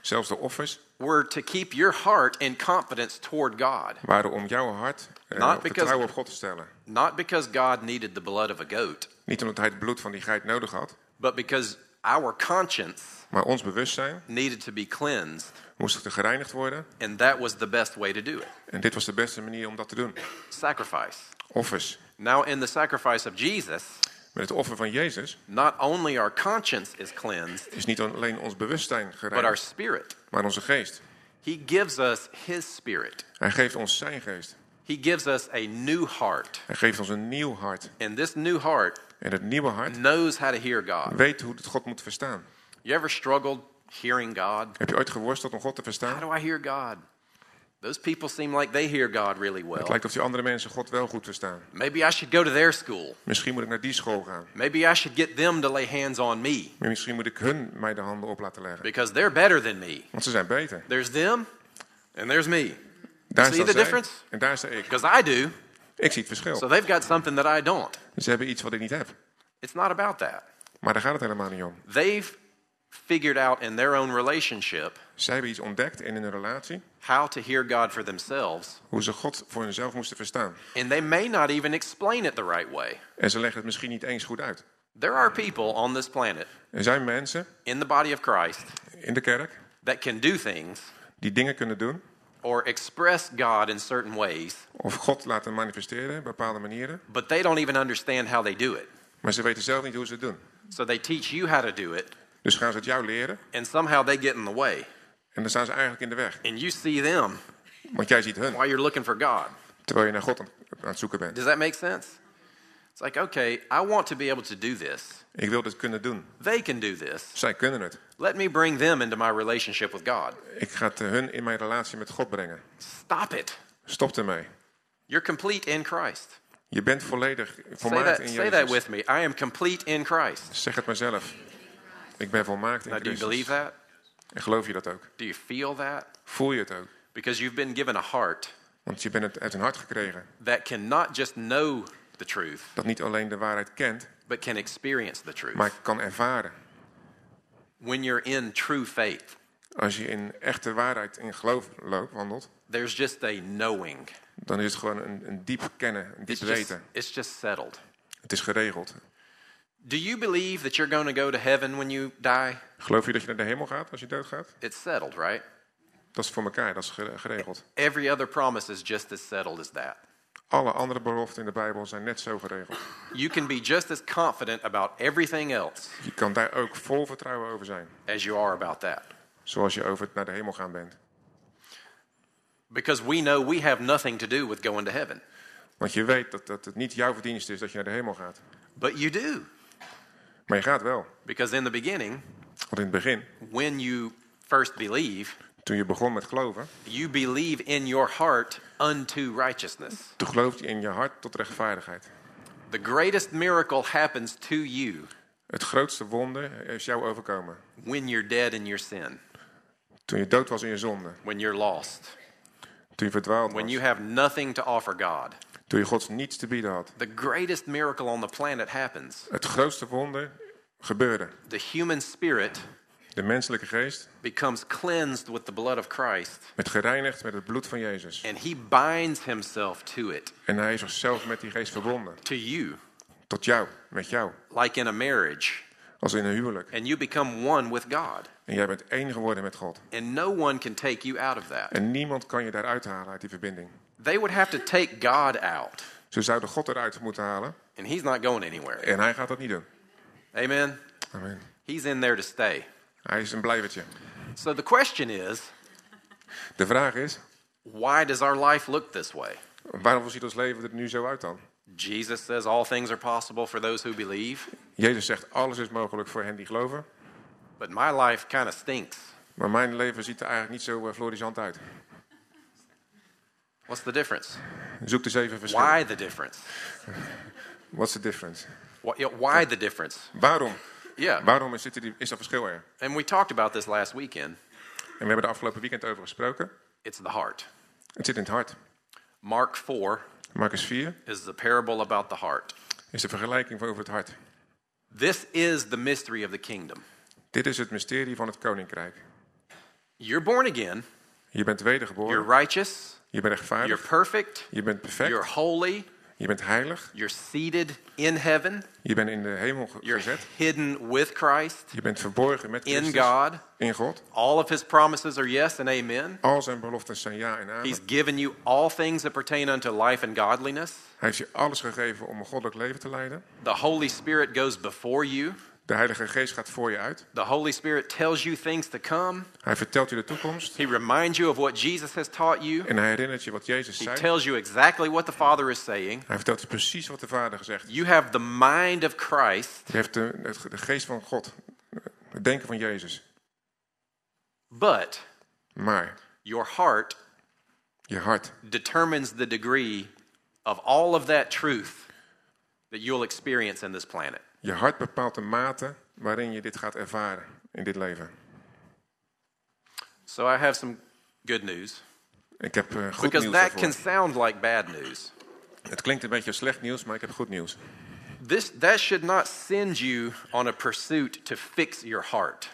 Speaker 1: Zelfs de offers
Speaker 2: were to keep your heart in confidence toward God,
Speaker 1: waren om jouw hart eh,
Speaker 2: Not
Speaker 1: op
Speaker 2: because-
Speaker 1: vertrouwen op God te stellen.
Speaker 2: not because God needed the blood of a goat,
Speaker 1: Niet omdat hij het bloed van die geit nodig had,
Speaker 2: but because our conscience
Speaker 1: maar ons bewustzijn
Speaker 2: needed to be cleansed,
Speaker 1: moest er gereinigd worden.
Speaker 2: and that was the best way to do it.
Speaker 1: En dit was de beste manier om dat te doen.
Speaker 2: Sacrifice.
Speaker 1: Offers.
Speaker 2: Now, in the sacrifice of Jesus,
Speaker 1: Met het offer van Jezus
Speaker 2: not only our conscience is cleansed,
Speaker 1: is niet alleen ons bewustzijn
Speaker 2: but our
Speaker 1: gereinigd,
Speaker 2: spirit.
Speaker 1: maar onze geest.
Speaker 2: He gives us His spirit.
Speaker 1: Hij geeft ons zijn geest.
Speaker 2: He gives us a new heart.
Speaker 1: Hij geeft ons een nieuw hart.
Speaker 2: And this new heart
Speaker 1: En het nieuwe hart
Speaker 2: knows how to hear God.
Speaker 1: weet hoe het God moet verstaan.
Speaker 2: You ever struggled hearing God?
Speaker 1: Heb je ooit geworsteld om God te
Speaker 2: How
Speaker 1: verstaan?
Speaker 2: do I hear God? Those people seem like they hear God really
Speaker 1: Het
Speaker 2: well.
Speaker 1: lijkt of die andere mensen God wel goed verstaan.
Speaker 2: Maybe I should go to their school.
Speaker 1: Misschien moet ik naar die school gaan.
Speaker 2: Maybe I should get them to lay hands on me
Speaker 1: Maar Misschien moet ik hun mij de handen op laten leggen.
Speaker 2: because they're better than me.
Speaker 1: Want ze zijn beter.
Speaker 2: There's them and there's me
Speaker 1: Daar
Speaker 2: See
Speaker 1: staat
Speaker 2: the
Speaker 1: zij
Speaker 2: difference?
Speaker 1: en daar sta ik.
Speaker 2: because I do,
Speaker 1: Ik zie het verschil.
Speaker 2: so they've got something that I don't.
Speaker 1: Ze hebben iets wat ik niet heb.
Speaker 2: It's not about that.
Speaker 1: Maar daar gaat het helemaal niet om.
Speaker 2: They've figured out in their own relationship
Speaker 1: Zij hebben iets ontdekt in hun relatie,
Speaker 2: how to hear God for themselves,
Speaker 1: hoe ze God voor hunzelf moesten verstaan.
Speaker 2: and they may not even explain it the right way.
Speaker 1: En ze leggen het misschien niet eens goed uit.
Speaker 2: There are people on this planet
Speaker 1: Er zijn mensen
Speaker 2: in the body of Christ
Speaker 1: in de kerk
Speaker 2: that can do things
Speaker 1: die dingen kunnen doen
Speaker 2: or express God in certain ways,
Speaker 1: of God laten manifesteren op bepaalde manieren,
Speaker 2: but they don't even understand how they do it.
Speaker 1: maar ze weten zelf niet hoe ze het doen.
Speaker 2: So they teach you how to do it,
Speaker 1: Dus gaan ze het jou leren
Speaker 2: and somehow they get in the way.
Speaker 1: en dan staan ze eigenlijk in de weg.
Speaker 2: And you see them
Speaker 1: Want jij ziet hun,
Speaker 2: while you're looking for God.
Speaker 1: terwijl je naar God aan aan het zoeken bent.
Speaker 2: Does that make sense? It's like, okay, I want to be able to do this.
Speaker 1: Ik wil dit kunnen doen.
Speaker 2: They can do this.
Speaker 1: Zij kunnen het.
Speaker 2: Let me bring them into my relationship with God.
Speaker 1: Ik ga het hun in mijn relatie met God brengen.
Speaker 2: Stop it.
Speaker 1: Stop ermee.
Speaker 2: You're complete in Christ.
Speaker 1: Je bent volledig
Speaker 2: Say
Speaker 1: volmaakt
Speaker 2: that,
Speaker 1: in
Speaker 2: say that
Speaker 1: Jezus.
Speaker 2: with me. I am complete in Christ.
Speaker 1: Zeg het maar zelf. Ik ben volmaakt in
Speaker 2: Now, do you believe
Speaker 1: Christus.
Speaker 2: that?
Speaker 1: En geloof je dat ook?
Speaker 2: Do you feel that?
Speaker 1: Voel je het ook?
Speaker 2: Because you've been given a heart
Speaker 1: Want je bent het uit hun hart gekregen.
Speaker 2: that can not just know the truth,
Speaker 1: Dat niet alleen de waarheid kent,
Speaker 2: but can experience the truth.
Speaker 1: maar kan ervaren.
Speaker 2: When you're in true faith,
Speaker 1: Als je in echte waarheid in geloof loopt, wandelt,
Speaker 2: there's just a knowing.
Speaker 1: dan is het gewoon een, een diep kennen, een diep
Speaker 2: It's just,
Speaker 1: weten.
Speaker 2: it's just settled.
Speaker 1: Het is geregeld.
Speaker 2: Do you believe that you're going to go to heaven when you die?
Speaker 1: Geloof je dat je naar de hemel gaat als je doodgaat?
Speaker 2: It's settled, right?
Speaker 1: Dat is voor elkaar, dat is gere- geregeld.
Speaker 2: Every other promise is just as settled as that.
Speaker 1: Alle andere beloften in de Bijbel zijn net zo geregeld.
Speaker 2: You can be just as confident about everything else
Speaker 1: Je kan daar ook vol vertrouwen over zijn.
Speaker 2: as you are about that.
Speaker 1: Zoals je over het naar de hemel gaan bent.
Speaker 2: Because we know we have nothing to do with going to heaven.
Speaker 1: Want je weet dat, dat het niet jouw verdienste is dat je naar de hemel gaat.
Speaker 2: But you do.
Speaker 1: Maar je gaat wel.
Speaker 2: Because in the beginning,
Speaker 1: Want in het begin,
Speaker 2: when you first believe,
Speaker 1: toen je begon met geloven,
Speaker 2: you believe in your heart unto righteousness.
Speaker 1: toen geloofde je in je hart tot rechtvaardigheid.
Speaker 2: The greatest miracle happens to you
Speaker 1: Het grootste wonder is jou overkomen.
Speaker 2: when you're dead in your sin,
Speaker 1: Toen je dood was in je zonde,
Speaker 2: when you're lost,
Speaker 1: toen je verdwaald
Speaker 2: when
Speaker 1: was,
Speaker 2: you have nothing to offer God.
Speaker 1: toen je Gods niets te bieden had.
Speaker 2: The greatest miracle on the planet happens.
Speaker 1: Het grootste wonder gebeurde.
Speaker 2: The human spirit
Speaker 1: De menselijke geest
Speaker 2: becomes cleansed with the blood of Christ,
Speaker 1: werd gereinigd met het bloed van Jezus.
Speaker 2: and he binds himself to it,
Speaker 1: En hij is zichzelf met die geest verbonden.
Speaker 2: to you,
Speaker 1: Tot jou, met jou.
Speaker 2: like in a marriage.
Speaker 1: Als in een huwelijk.
Speaker 2: And you become one with God.
Speaker 1: En jij bent één geworden met God.
Speaker 2: And no one can take you out of that.
Speaker 1: En niemand kan je daaruit halen uit die verbinding.
Speaker 2: They would have to take God out,
Speaker 1: Ze zouden God eruit moeten halen.
Speaker 2: and he's not going anywhere.
Speaker 1: En hij gaat dat niet doen.
Speaker 2: Amen.
Speaker 1: Amen.
Speaker 2: He's in there to stay.
Speaker 1: Hij is een blijvertje.
Speaker 2: So the question is,
Speaker 1: De vraag is,
Speaker 2: why does our life look this way?
Speaker 1: waarom ziet ons leven er nu zo uit dan?
Speaker 2: Jesus says all things are possible for those who believe,
Speaker 1: Jezus zegt, alles is mogelijk voor hen die geloven.
Speaker 2: but my life kind of stinks.
Speaker 1: Maar mijn leven ziet er eigenlijk niet zo eh, florissant uit.
Speaker 2: What's the difference?
Speaker 1: Zoek dus even verschillen.
Speaker 2: Why the difference?
Speaker 1: What's the difference?
Speaker 2: Why, yeah, why the difference?
Speaker 1: Waarom?
Speaker 2: Yeah.
Speaker 1: Waarom is, dit, die- is dat verschil er?
Speaker 2: And we talked about this last weekend.
Speaker 1: we hebben er afgelopen weekend over gesproken.
Speaker 2: It's the heart.
Speaker 1: Het zit in het hart.
Speaker 2: Mark 4
Speaker 1: Marcus 4
Speaker 2: is the parable about the heart.
Speaker 1: is de vergelijking van over het hart.
Speaker 2: This is the mystery of the kingdom.
Speaker 1: Dit is het mysterie van het koninkrijk.
Speaker 2: You're born again,
Speaker 1: Je bent
Speaker 2: you're
Speaker 1: wedergeboren,
Speaker 2: righteous,
Speaker 1: je bent
Speaker 2: you're
Speaker 1: rechtvaardig,
Speaker 2: perfect,
Speaker 1: je bent
Speaker 2: you're
Speaker 1: perfect,
Speaker 2: holy,
Speaker 1: je bent heilig,
Speaker 2: you're seated in heaven,
Speaker 1: je bent in de hemel ge-
Speaker 2: you're
Speaker 1: gezet,
Speaker 2: hidden with Christ
Speaker 1: je bent verborgen met
Speaker 2: in
Speaker 1: Christus,
Speaker 2: God.
Speaker 1: in God.
Speaker 2: All of his promises are yes and amen.
Speaker 1: Al zijn beloftes zijn ja en amen.
Speaker 2: He's given you all things that pertain unto life and godliness.
Speaker 1: Hij heeft je alles gegeven om een goddelijk leven te leiden.
Speaker 2: The Holy Spirit goes before you.
Speaker 1: De Heilige Geest gaat voor je uit.
Speaker 2: The Holy Spirit tells you things to come.
Speaker 1: Hij vertelt je de toekomst
Speaker 2: He reminds you of what Jesus has taught you.
Speaker 1: en hij herinnert je wat Jezus
Speaker 2: He
Speaker 1: zei.
Speaker 2: tells you exactly what the Father is saying.
Speaker 1: Hij vertelt je precies wat de Vader gezegd heeft.
Speaker 2: You have the mind of Christ,
Speaker 1: Je hebt de, het- de geest van God, het denken van Jezus.
Speaker 2: but
Speaker 1: Maar
Speaker 2: your heart
Speaker 1: je hart
Speaker 2: determines the degree of all of that truth that you'll experience in this planet.
Speaker 1: Je hart bepaalt de mate waarin je dit gaat ervaren in dit leven.
Speaker 2: So I have some good news
Speaker 1: Ik heb eh, goed
Speaker 2: because
Speaker 1: nieuws
Speaker 2: that
Speaker 1: daarvoor.
Speaker 2: can sound like bad news.
Speaker 1: Het klinkt een beetje als slecht nieuws, maar ik heb goed nieuws.
Speaker 2: This that should not send you on a pursuit to fix your heart.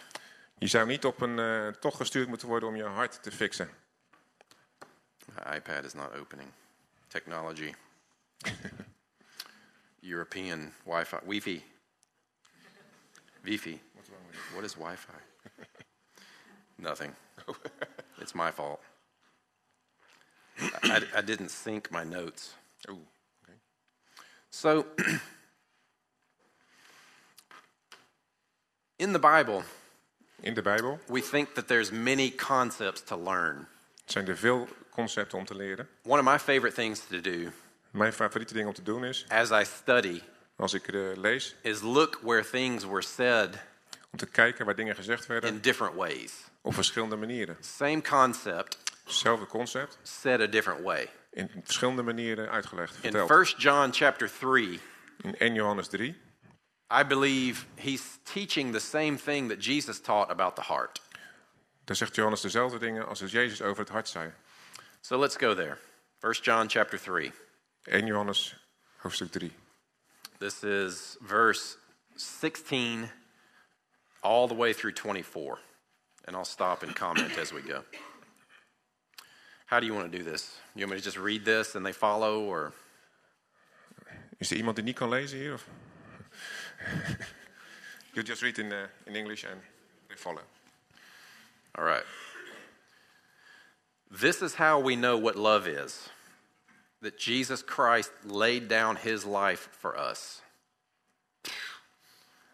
Speaker 1: Je zou niet op een eh, tocht gestuurd moeten worden om je hart te fixen.
Speaker 2: My iPad is not opening. Technology. European Wi-Fi, Wi-Fi, Wi-Fi. What is Wi-Fi? Nothing. it's my fault. I, I- I didn't sync my notes.
Speaker 1: Oeh.
Speaker 2: So, in the Bible,
Speaker 1: In de Bijbel
Speaker 2: we think that there's many concepts to learn.
Speaker 1: zijn er veel concepten om te leren.
Speaker 2: One of my favorite things to do
Speaker 1: Mijn favoriete ding om te doen is,
Speaker 2: as I study
Speaker 1: als ik eh, lees,
Speaker 2: is look where things were said
Speaker 1: om te kijken waar dingen gezegd werden
Speaker 2: in different ways.
Speaker 1: op verschillende manieren.
Speaker 2: Same concept
Speaker 1: Hetzelfde concept,
Speaker 2: said a different way.
Speaker 1: in verschillende manieren uitgelegd,
Speaker 2: In
Speaker 1: verteld.
Speaker 2: 1 John chapter 3,
Speaker 1: In 1 Johannes 3
Speaker 2: I believe he's teaching the same thing that Jesus taught about the heart.
Speaker 1: Daar zegt Johannes dezelfde dingen als Jezus over het hart zei.
Speaker 2: So let's go there. 1 John chapter 3.
Speaker 1: 1 Johannes hoofdstuk 3.
Speaker 2: This is verse 16 all the way through 24. And I'll stop and comment as we go. How do you want to do this? You want me to just read this and they follow, or
Speaker 1: Is er iemand die niet kan lezen hier? Of? you just read in, eh, in English and they follow.
Speaker 2: All right. This is how we know what love is that Jesus Christ laid down his life for us.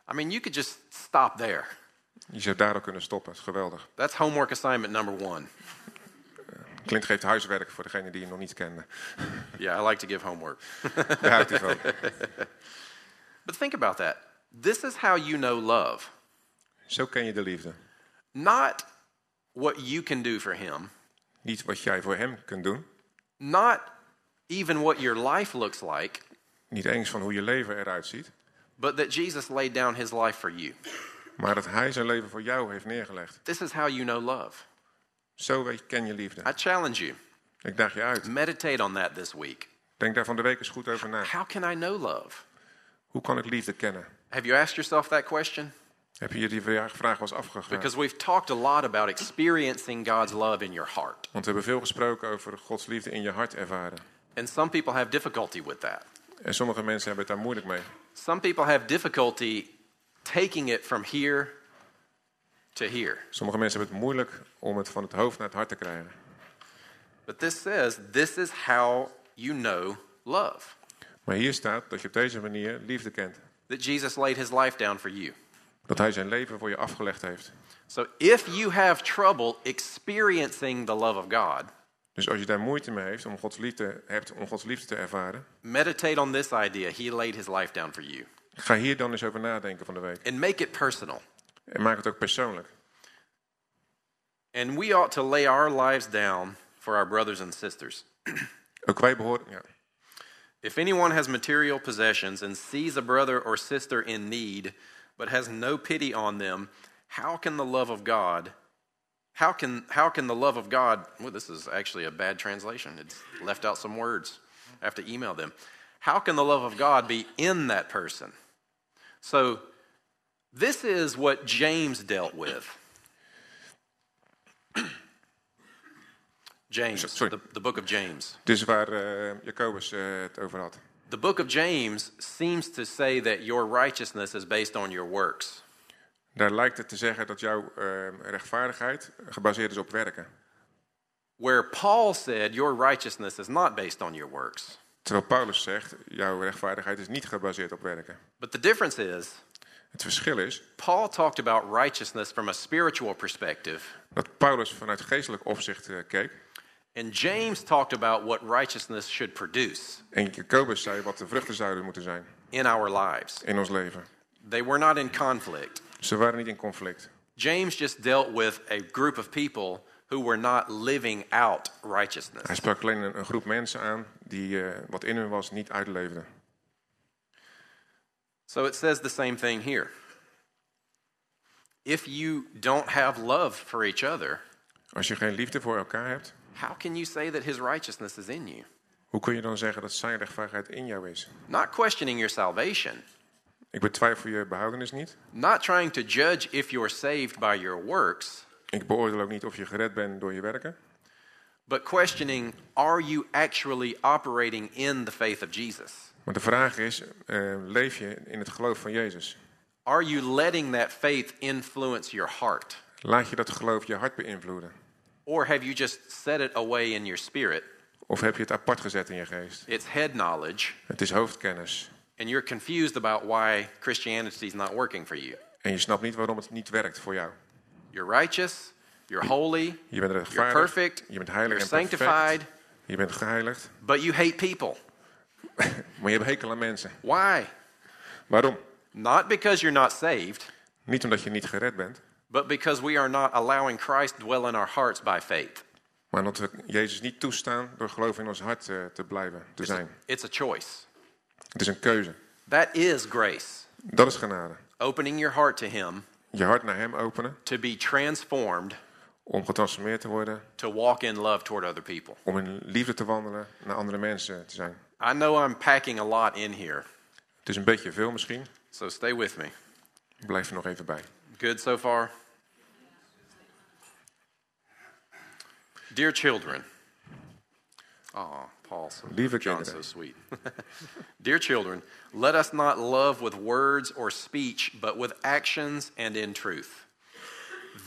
Speaker 2: I mean, you could just stop there.
Speaker 1: Je zou daar al kunnen stoppen. Dat is geweldig.
Speaker 2: That's homework assignment number one.
Speaker 1: Clint geeft huiswerk voor degene die je nog niet kende.
Speaker 2: Yeah, I like to give homework.
Speaker 1: Daar houdt hij van.
Speaker 2: But think about that. This is how you know love,
Speaker 1: Zo ken je de liefde.
Speaker 2: not what you can do for him,
Speaker 1: Niet wat jij voor hem kunt doen.
Speaker 2: not even what your life looks like,
Speaker 1: Niet eens van hoe je leven eruit ziet.
Speaker 2: but that Jesus laid down his life for you.
Speaker 1: Maar dat hij zijn leven voor jou heeft neergelegd.
Speaker 2: This is how you know love.
Speaker 1: Zo weet- ken je
Speaker 2: I
Speaker 1: liefde.
Speaker 2: challenge you.
Speaker 1: Ik daag je uit.
Speaker 2: Meditate on that this week.
Speaker 1: Denk daar van de week eens goed over na.
Speaker 2: How can I know love?
Speaker 1: Hoe kan ik liefde kennen?
Speaker 2: Have you asked yourself that question?
Speaker 1: Heb je je die vraag wel eens afgegaan?
Speaker 2: Because we've talked a lot about experiencing God's love in your heart.
Speaker 1: Want we hebben veel gesproken over Gods liefde in je hart ervaren.
Speaker 2: And some people have difficulty with that.
Speaker 1: En sommige mensen hebben het daar moeilijk mee.
Speaker 2: Some people have difficulty taking it from here to here.
Speaker 1: Sommige mensen hebben het moeilijk om het van het hoofd naar het hart te krijgen.
Speaker 2: But this says this is how you know love
Speaker 1: Maar hier staat dat je op deze manier liefde kent.
Speaker 2: that Jesus laid his life down for you.
Speaker 1: Dat hij zijn leven voor je afgelegd heeft.
Speaker 2: So if you have trouble experiencing the love of God,
Speaker 1: Dus als je daar moeite mee heeft om Gods liefde, hebt om Gods liefde te ervaren,
Speaker 2: meditate on this idea. He laid his life down for you.
Speaker 1: ga hier dan eens over nadenken van de week.
Speaker 2: and make it personal.
Speaker 1: En maak het ook persoonlijk.
Speaker 2: And we ought to lay our lives down for our brothers and sisters.
Speaker 1: Ook wij behoren. Ja.
Speaker 2: If anyone has material possessions and sees a brother or sister in need, but has no pity on them, how can the love of God How can, how can the love of God, well, this is actually a bad translation. It's left out some words. I have to email them. How can the love of God be in that person? So, this is what James dealt with. James,
Speaker 1: Sorry.
Speaker 2: the, the book of James.
Speaker 1: Dit is waar eh, Jacobus eh, het over had.
Speaker 2: The book of James seems to say that your righteousness is based on your works.
Speaker 1: Daar lijkt het te zeggen dat jouw eh, rechtvaardigheid gebaseerd is op werken.
Speaker 2: Where Paul said your righteousness is not based on your works.
Speaker 1: Terwijl Paulus zegt, jouw rechtvaardigheid is niet gebaseerd op werken.
Speaker 2: But the difference is,
Speaker 1: Het verschil is
Speaker 2: Paul talked about righteousness from a spiritual perspective,
Speaker 1: dat Paulus vanuit geestelijk opzicht eh, keek.
Speaker 2: and James talked about what righteousness should produce
Speaker 1: En Jacobus zei wat de vruchten zouden moeten zijn
Speaker 2: in our lives.
Speaker 1: in ons leven.
Speaker 2: They were not in conflict.
Speaker 1: Ze waren niet in conflict.
Speaker 2: James just dealt with a group of people who were not living out righteousness.
Speaker 1: Hij sprak alleen een, een groep mensen aan die eh, wat in hun was niet uitleefden.
Speaker 2: So it says the same thing here. If you don't have love for each other,
Speaker 1: Als je geen liefde voor elkaar hebt,
Speaker 2: how can you say that his righteousness is in you?
Speaker 1: hoe kun je dan zeggen dat zijn rechtvaardigheid in jou is?
Speaker 2: Not questioning your salvation,
Speaker 1: Ik betwijfel je behoudenis niet.
Speaker 2: not trying to judge if you're saved by your works,
Speaker 1: Ik beoordeel ook niet of je gered bent door je werken.
Speaker 2: but questioning are you actually operating in the faith of Jesus?
Speaker 1: Maar de vraag is, eh, leef je in het geloof van Jezus?
Speaker 2: Are you letting that faith influence your heart?
Speaker 1: Laat je dat geloof je hart beïnvloeden?
Speaker 2: Or have you just set it away in your spirit?
Speaker 1: Of heb je het apart gezet in je geest?
Speaker 2: It's head knowledge,
Speaker 1: Het is hoofdkennis.
Speaker 2: and you're confused about why Christianity is not working for you.
Speaker 1: En je snapt niet waarom het niet werkt voor jou.
Speaker 2: You're righteous. You're holy.
Speaker 1: Je bent
Speaker 2: You're
Speaker 1: rechtvaardig.
Speaker 2: perfect.
Speaker 1: Je bent heilig
Speaker 2: You're
Speaker 1: en perfect.
Speaker 2: sanctified.
Speaker 1: Je bent geheiligd.
Speaker 2: But you hate people.
Speaker 1: Maar je hebt hekel aan mensen.
Speaker 2: Why?
Speaker 1: Waarom?
Speaker 2: Not because you're not saved,
Speaker 1: Niet omdat je niet gered bent,
Speaker 2: but because we are not allowing Christ dwell in our hearts by faith.
Speaker 1: maar omdat we Jezus niet toestaan door geloof in ons hart eh, te blijven, te zijn.
Speaker 2: It's a choice.
Speaker 1: Het is een keuze.
Speaker 2: That is grace.
Speaker 1: Dat is genade.
Speaker 2: Opening your heart to Him
Speaker 1: Je hart naar Hem openen
Speaker 2: to be transformed
Speaker 1: om getransformeerd te worden,
Speaker 2: to walk in love toward other people.
Speaker 1: om in liefde te wandelen naar andere mensen te zijn.
Speaker 2: I know I'm packing a lot in here,
Speaker 1: Het is een beetje veel misschien.
Speaker 2: so stay with me.
Speaker 1: Blijf er nog even bij.
Speaker 2: Good so far? Dear children. Aw, Paul, so
Speaker 1: Lieve
Speaker 2: John's so
Speaker 1: kinderen.
Speaker 2: sweet. Dear children, let us not love with words or speech, but with actions and in truth.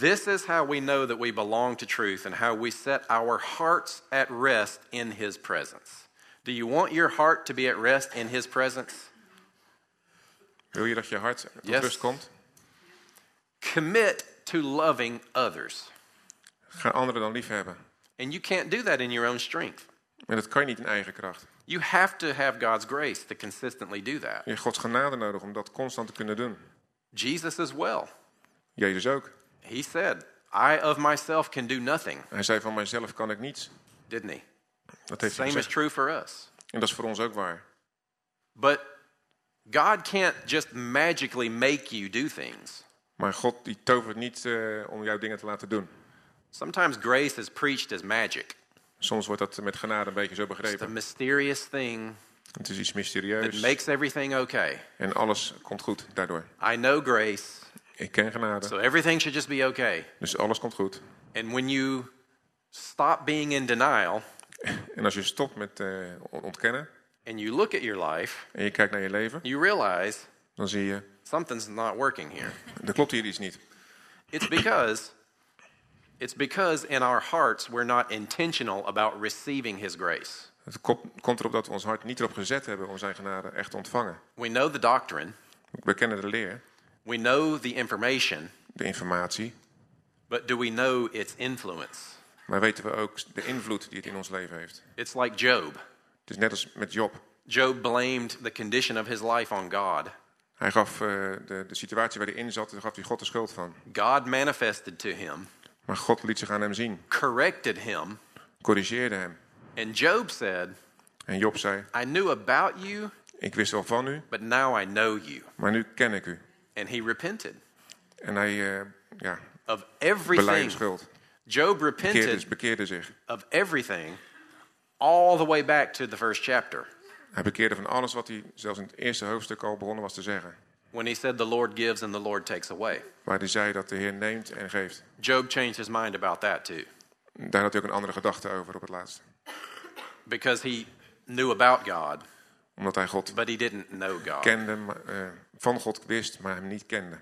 Speaker 2: This is how we know that we belong to truth and how we set our hearts at rest in his presence. Do you want your heart to be at rest in his presence?
Speaker 1: Wil je dat je hart tot
Speaker 2: Yes.
Speaker 1: rust komt?
Speaker 2: Commit to loving others.
Speaker 1: Ga anderen dan liefhebben.
Speaker 2: And you can't do that in your own strength.
Speaker 1: En dat kan je niet in eigen kracht.
Speaker 2: You have to have God's grace to consistently do that.
Speaker 1: Je hebt Gods genade nodig om dat constant te kunnen doen.
Speaker 2: Jesus as well.
Speaker 1: Jezus ook.
Speaker 2: He said, I of myself can do nothing,
Speaker 1: Hij zei van mijzelf kan ik niets.
Speaker 2: didn't he?
Speaker 1: Dat heeft hij
Speaker 2: Same is
Speaker 1: gezegd.
Speaker 2: true for us.
Speaker 1: En dat is voor ons ook waar.
Speaker 2: But God can't just magically make you do things.
Speaker 1: Maar God die tovert niet eh, om jou dingen te laten doen.
Speaker 2: Sometimes grace is preached as magic.
Speaker 1: Soms wordt dat met genade een beetje zo
Speaker 2: It's the
Speaker 1: begrepen.
Speaker 2: mysterious thing
Speaker 1: Het is iets
Speaker 2: that
Speaker 1: mysterieus
Speaker 2: makes everything okay.
Speaker 1: en alles komt goed daardoor.
Speaker 2: I know grace,
Speaker 1: Ik ken genade,
Speaker 2: so everything should just be okay.
Speaker 1: dus alles komt goed.
Speaker 2: And when you stop being in denial
Speaker 1: En als je stopt met eh, on- ontkennen
Speaker 2: and you look at your life,
Speaker 1: en je kijkt naar je leven,
Speaker 2: you realize
Speaker 1: dan zie je,
Speaker 2: something's not working here.
Speaker 1: er klopt hier iets niet.
Speaker 2: It's because it's because in our hearts we're not intentional about receiving his grace.
Speaker 1: Het kop- komt erop dat we ons hart niet erop gezet hebben om zijn genade echt te ontvangen.
Speaker 2: We know the doctrine,
Speaker 1: We kennen de leer,
Speaker 2: we know the information,
Speaker 1: de informatie,
Speaker 2: but do we know its influence?
Speaker 1: maar weten we ook de invloed die het in ons leven heeft.
Speaker 2: It's like Job.
Speaker 1: Het is net als met Job.
Speaker 2: Job blamed the condition of his life on God.
Speaker 1: Hij gaf eh, de, de situatie waar hij in zat, daar gaf hij God de schuld van.
Speaker 2: God manifested to him,
Speaker 1: Maar God liet zich aan hem zien,
Speaker 2: corrected him,
Speaker 1: corrigeerde hem.
Speaker 2: and Job said,
Speaker 1: En Job zei,
Speaker 2: I knew about you,
Speaker 1: ik wist wel van u,
Speaker 2: but now I know you.
Speaker 1: maar nu ken ik u.
Speaker 2: And he repented
Speaker 1: En hij, eh ja, beleidde
Speaker 2: of everything
Speaker 1: schuld.
Speaker 2: Job
Speaker 1: Bekeerde,
Speaker 2: repented
Speaker 1: bekeerde zich.
Speaker 2: of everything all the way back to the first chapter
Speaker 1: Hij bekeerde van alles wat hij zelfs in het eerste hoofdstuk al begonnen was te zeggen.
Speaker 2: when he said, The Lord gives and the Lord takes away.
Speaker 1: Waar hij zei dat de Heer neemt en geeft.
Speaker 2: Job changed his mind about that too
Speaker 1: Daar had hij ook een andere gedachte over op het laatst.
Speaker 2: because he knew about God,
Speaker 1: Omdat hij God
Speaker 2: but he didn't know God.
Speaker 1: kende, maar, eh, van God wist, maar hem niet kende.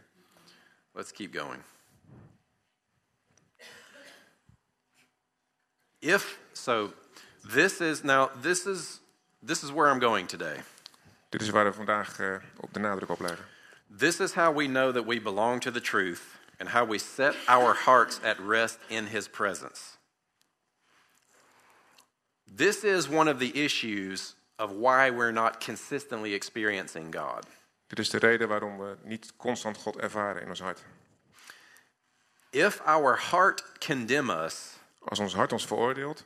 Speaker 2: Let's keep going. If so, this is now this is this is where I'm going today.
Speaker 1: Dit is waar we vandaag eh, op de nadruk op leggen.
Speaker 2: This is how we know that we belong to the truth and how we set our hearts at rest in his presence. This is one of the issues of why we're not consistently experiencing God.
Speaker 1: Dit is de reden waarom we niet constant God ervaren in ons hart.
Speaker 2: If our heart condemn us,
Speaker 1: Als ons hart ons veroordeelt,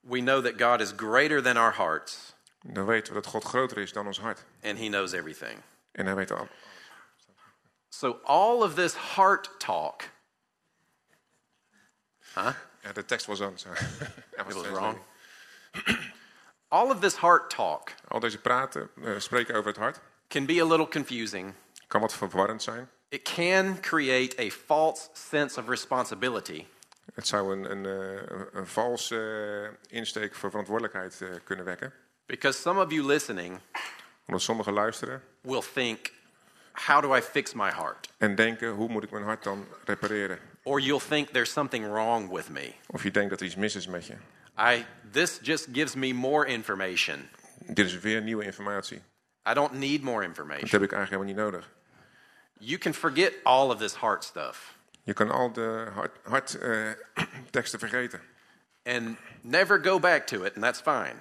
Speaker 2: we know that God is greater than our hearts
Speaker 1: dan weten we dat God groter is dan ons hart.
Speaker 2: and he knows everything.
Speaker 1: En hij weet al.
Speaker 2: So all of this heart talk,
Speaker 1: Ja, de tekst was aan. zo. Hij was
Speaker 2: it was
Speaker 1: er
Speaker 2: wrong.
Speaker 1: niet.
Speaker 2: all of this heart talk
Speaker 1: Al deze praten, eh, spreken over het hart,
Speaker 2: can be a little confusing.
Speaker 1: kan wat verwarrend zijn.
Speaker 2: It can create a false sense of responsibility
Speaker 1: Het zou een, een, eh, een, een valse eh, insteek voor verantwoordelijkheid eh, kunnen wekken.
Speaker 2: because some of you listening
Speaker 1: Omdat sommigen luisteren
Speaker 2: will think, How do I fix my heart?
Speaker 1: en denken, hoe moet ik mijn hart dan repareren?
Speaker 2: Or you'll think there's something wrong with me.
Speaker 1: Of je denkt dat er iets mis is met je.
Speaker 2: I, this just gives me more information.
Speaker 1: Dit is weer nieuwe informatie.
Speaker 2: I don't need more
Speaker 1: Dat
Speaker 2: information.
Speaker 1: heb ik eigenlijk helemaal niet nodig.
Speaker 2: You can forget all of this heart stuff
Speaker 1: Je kan al de hart, hart, eh, teksten vergeten
Speaker 2: and never go back to it, and that's fine.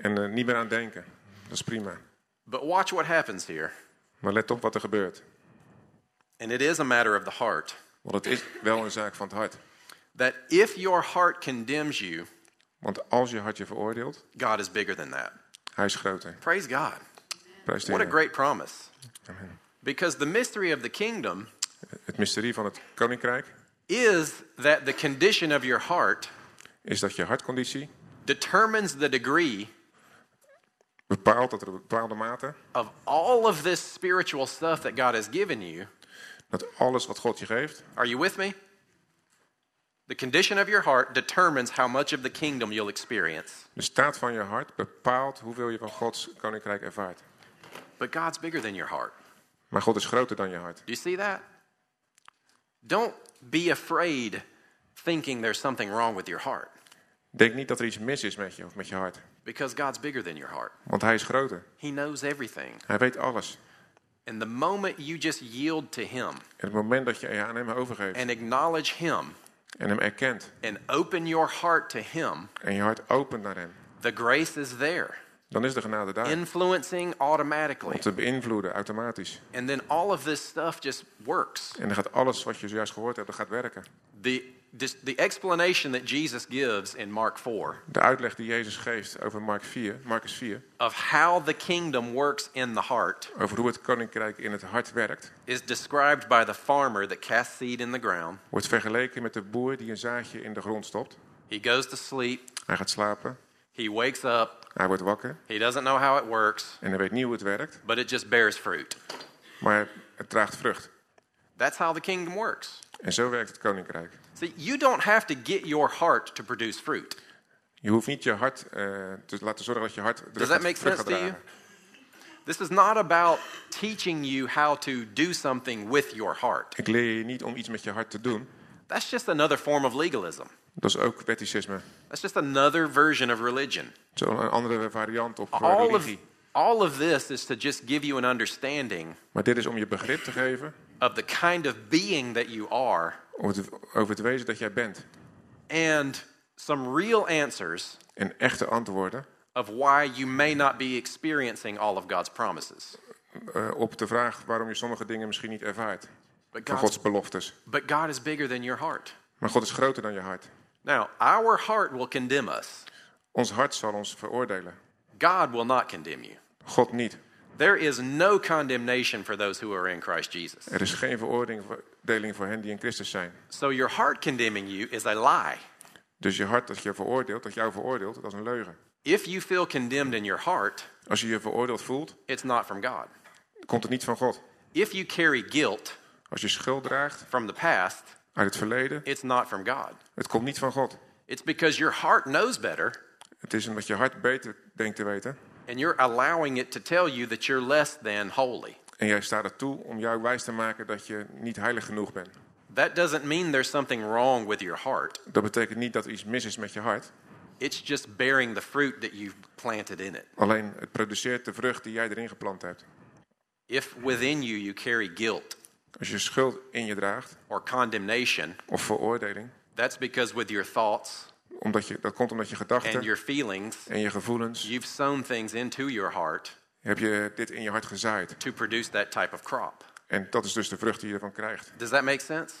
Speaker 1: en er niet meer aan denken. Dat is prima.
Speaker 2: But watch what happens here.
Speaker 1: Maar let op wat er gebeurt.
Speaker 2: And it is a matter of the heart.
Speaker 1: Want het is wel een zaak van het hart.
Speaker 2: that if your heart condemns you,
Speaker 1: Want als je hart je veroordeelt,
Speaker 2: God is bigger than that.
Speaker 1: hij is groter.
Speaker 2: Praise God.
Speaker 1: Prijs de
Speaker 2: What a
Speaker 1: Heer.
Speaker 2: great promise.
Speaker 1: Amen.
Speaker 2: Because the mystery of the kingdom
Speaker 1: Het mysterie van het koninkrijk
Speaker 2: is that the condition of your heart
Speaker 1: is dat je hartconditie
Speaker 2: determines the degree
Speaker 1: bepaalt dat er een bepaalde mate
Speaker 2: of all of this spiritual stuff that God has given you.
Speaker 1: dat alles wat God je geeft,
Speaker 2: Are you with me? The condition of your heart determines how much of the kingdom you'll experience.
Speaker 1: de staat van je hart bepaalt hoeveel je van Gods koninkrijk ervaart.
Speaker 2: But God's bigger than your heart.
Speaker 1: Maar God is groter dan je hart.
Speaker 2: Do you see that? Don't be afraid thinking there's something wrong with your heart.
Speaker 1: Denk niet dat er iets mis is met je of met je hart,
Speaker 2: Because God's bigger than your heart.
Speaker 1: want hij is groter.
Speaker 2: He knows everything.
Speaker 1: Hij weet alles.
Speaker 2: And the moment you just yield to Him
Speaker 1: En het moment dat je je aan hem overgeeft
Speaker 2: and acknowledge Him
Speaker 1: en hem erkent
Speaker 2: and open your heart to Him,
Speaker 1: en je hart opent naar hem,
Speaker 2: the grace is there,
Speaker 1: dan is de genade daar.
Speaker 2: influencing automatically.
Speaker 1: Om te beïnvloeden, automatisch.
Speaker 2: And then all of this stuff just works.
Speaker 1: En dan gaat alles wat je zojuist gehoord hebt, dat gaat werken.
Speaker 2: The, this, the explanation that Jesus gives in Mark 4
Speaker 1: De uitleg die Jezus geeft over Mark 4, Marcus 4,
Speaker 2: of how the kingdom works in the heart
Speaker 1: over hoe het koninkrijk in het hart werkt,
Speaker 2: is described by the farmer that casts seed in the ground.
Speaker 1: wordt vergeleken met de boer die een zaadje in de grond stopt.
Speaker 2: He goes to sleep,
Speaker 1: Hij gaat slapen,
Speaker 2: he wakes up,
Speaker 1: hij wordt wakker
Speaker 2: he doesn't know how it works,
Speaker 1: en hij weet niet hoe het werkt,
Speaker 2: but it just bears fruit.
Speaker 1: maar het draagt vrucht.
Speaker 2: That's how the kingdom works.
Speaker 1: En zo werkt het koninkrijk.
Speaker 2: See, you don't have to get your heart to produce fruit.
Speaker 1: Je hoeft niet je hart eh, te laten zorgen dat je hart
Speaker 2: Does
Speaker 1: vrucht
Speaker 2: that
Speaker 1: gaat,
Speaker 2: make
Speaker 1: vrucht
Speaker 2: sense
Speaker 1: gaat
Speaker 2: to you?
Speaker 1: dragen.
Speaker 2: This is not about teaching you how to do something with your heart.
Speaker 1: Ik leer je niet om iets met je hart te doen.
Speaker 2: That's just another form of legalism.
Speaker 1: Dat is ook wetticisme.
Speaker 2: That's just another version of religion.
Speaker 1: Zo'n andere variant op eh,
Speaker 2: All of,
Speaker 1: religie.
Speaker 2: all of this is to just give you an understanding
Speaker 1: Maar dit is om je begrip te geven
Speaker 2: of the kind of being that you are
Speaker 1: over het, over het wezen dat jij bent.
Speaker 2: and some real answers
Speaker 1: En echte antwoorden
Speaker 2: of why you may not be experiencing all of God's promises.
Speaker 1: eh, op de vraag waarom je sommige dingen misschien niet ervaart.
Speaker 2: But
Speaker 1: Van
Speaker 2: God's,
Speaker 1: Gods beloftes.
Speaker 2: but God is bigger than your heart.
Speaker 1: Maar God is groter dan je hart.
Speaker 2: Now, our heart will condemn us.
Speaker 1: Ons hart zal ons veroordelen.
Speaker 2: God will not condemn you.
Speaker 1: God niet.
Speaker 2: There is no condemnation for those who are in Christ Jesus.
Speaker 1: Er is geen veroordeling voor hen die in Christus zijn.
Speaker 2: So your heart condemning you is a lie.
Speaker 1: Dus je hart dat je veroordeelt, dat jou veroordeelt, dat is een leugen.
Speaker 2: If you feel condemned in your heart,
Speaker 1: Als je je veroordeeld voelt,
Speaker 2: it's not from God.
Speaker 1: komt het niet van God.
Speaker 2: If you carry guilt
Speaker 1: Als je schuld draagt
Speaker 2: from the past,
Speaker 1: uit het verleden,
Speaker 2: it's not from God.
Speaker 1: het komt niet van God.
Speaker 2: It's because your heart knows better
Speaker 1: Het is omdat je hart beter denkt te weten.
Speaker 2: and you're allowing it to tell you that you're less than holy.
Speaker 1: En jij staat er toe om jou wijs te maken dat je niet heilig genoeg bent.
Speaker 2: That doesn't mean there's something wrong with your heart.
Speaker 1: Dat betekent niet dat er iets mis is met je hart.
Speaker 2: It's just bearing the fruit that you've planted in it.
Speaker 1: Alleen het produceert de vrucht die jij erin geplant hebt.
Speaker 2: If within you you carry guilt
Speaker 1: Als je schuld in je draagt,
Speaker 2: or condemnation,
Speaker 1: of veroordeling,
Speaker 2: that's because with your thoughts
Speaker 1: omdat je, dat komt omdat je
Speaker 2: and
Speaker 1: gedachten
Speaker 2: your feelings,
Speaker 1: en je gevoelens,
Speaker 2: you've sown things into your heart
Speaker 1: heb je dit in je hart gezaaid.
Speaker 2: to produce that type of crop.
Speaker 1: En dat is dus de vrucht die je ervan krijgt.
Speaker 2: Does that make sense?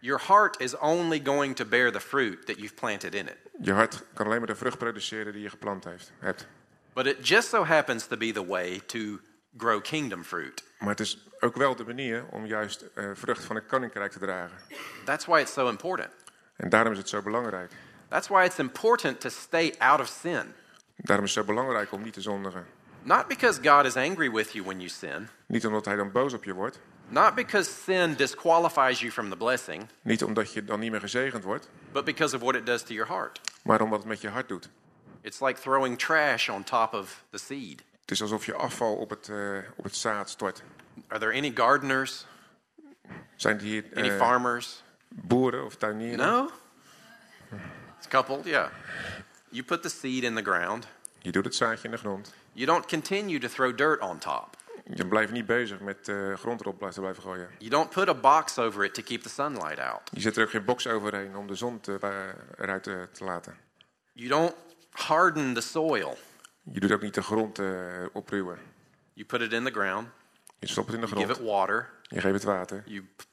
Speaker 2: Your heart is only going to bear the fruit that you've planted in it.
Speaker 1: Je hart kan alleen maar de vrucht produceren die je geplant heeft, hebt.
Speaker 2: But it just so happens to be the way to grow kingdom fruit.
Speaker 1: Maar het is ook wel de manier om juist eh, vrucht van het koninkrijk te dragen.
Speaker 2: That's why it's so important.
Speaker 1: En daarom is het zo belangrijk.
Speaker 2: That's why it's important to stay out of sin.
Speaker 1: Daarom is het zo belangrijk om niet te zondigen.
Speaker 2: Not because God is angry with you when you sin,
Speaker 1: Niet omdat hij dan boos op je wordt.
Speaker 2: not because sin disqualifies you from the blessing,
Speaker 1: Niet omdat je dan niet meer gezegend wordt.
Speaker 2: but because of what it does to your heart.
Speaker 1: Maar omdat het met je hart doet.
Speaker 2: It's like throwing trash on top of the seed.
Speaker 1: Het is alsof je afval op het, eh, op het zaad stort.
Speaker 2: Are there any gardeners,
Speaker 1: Zijn die hier
Speaker 2: any
Speaker 1: eh,
Speaker 2: farmers?
Speaker 1: boeren of tuinieren?
Speaker 2: No? It's coupled, yeah. You put the seed in the ground.
Speaker 1: Je doet het zaadje in de grond.
Speaker 2: You don't continue to throw dirt on top.
Speaker 1: Je blijft niet bezig met eh grond erop te blijven gooien.
Speaker 2: You don't put a box over it to keep the sunlight out.
Speaker 1: Je zet er ook geen box overheen om de zon te, eh, eruit eh, te laten.
Speaker 2: You don't harden the soil.
Speaker 1: Je doet ook niet de grond eh opruwen.
Speaker 2: You put it in the ground,
Speaker 1: Je stopt het in de
Speaker 2: give it
Speaker 1: grond.
Speaker 2: water,
Speaker 1: Je geeft het water.
Speaker 2: you p-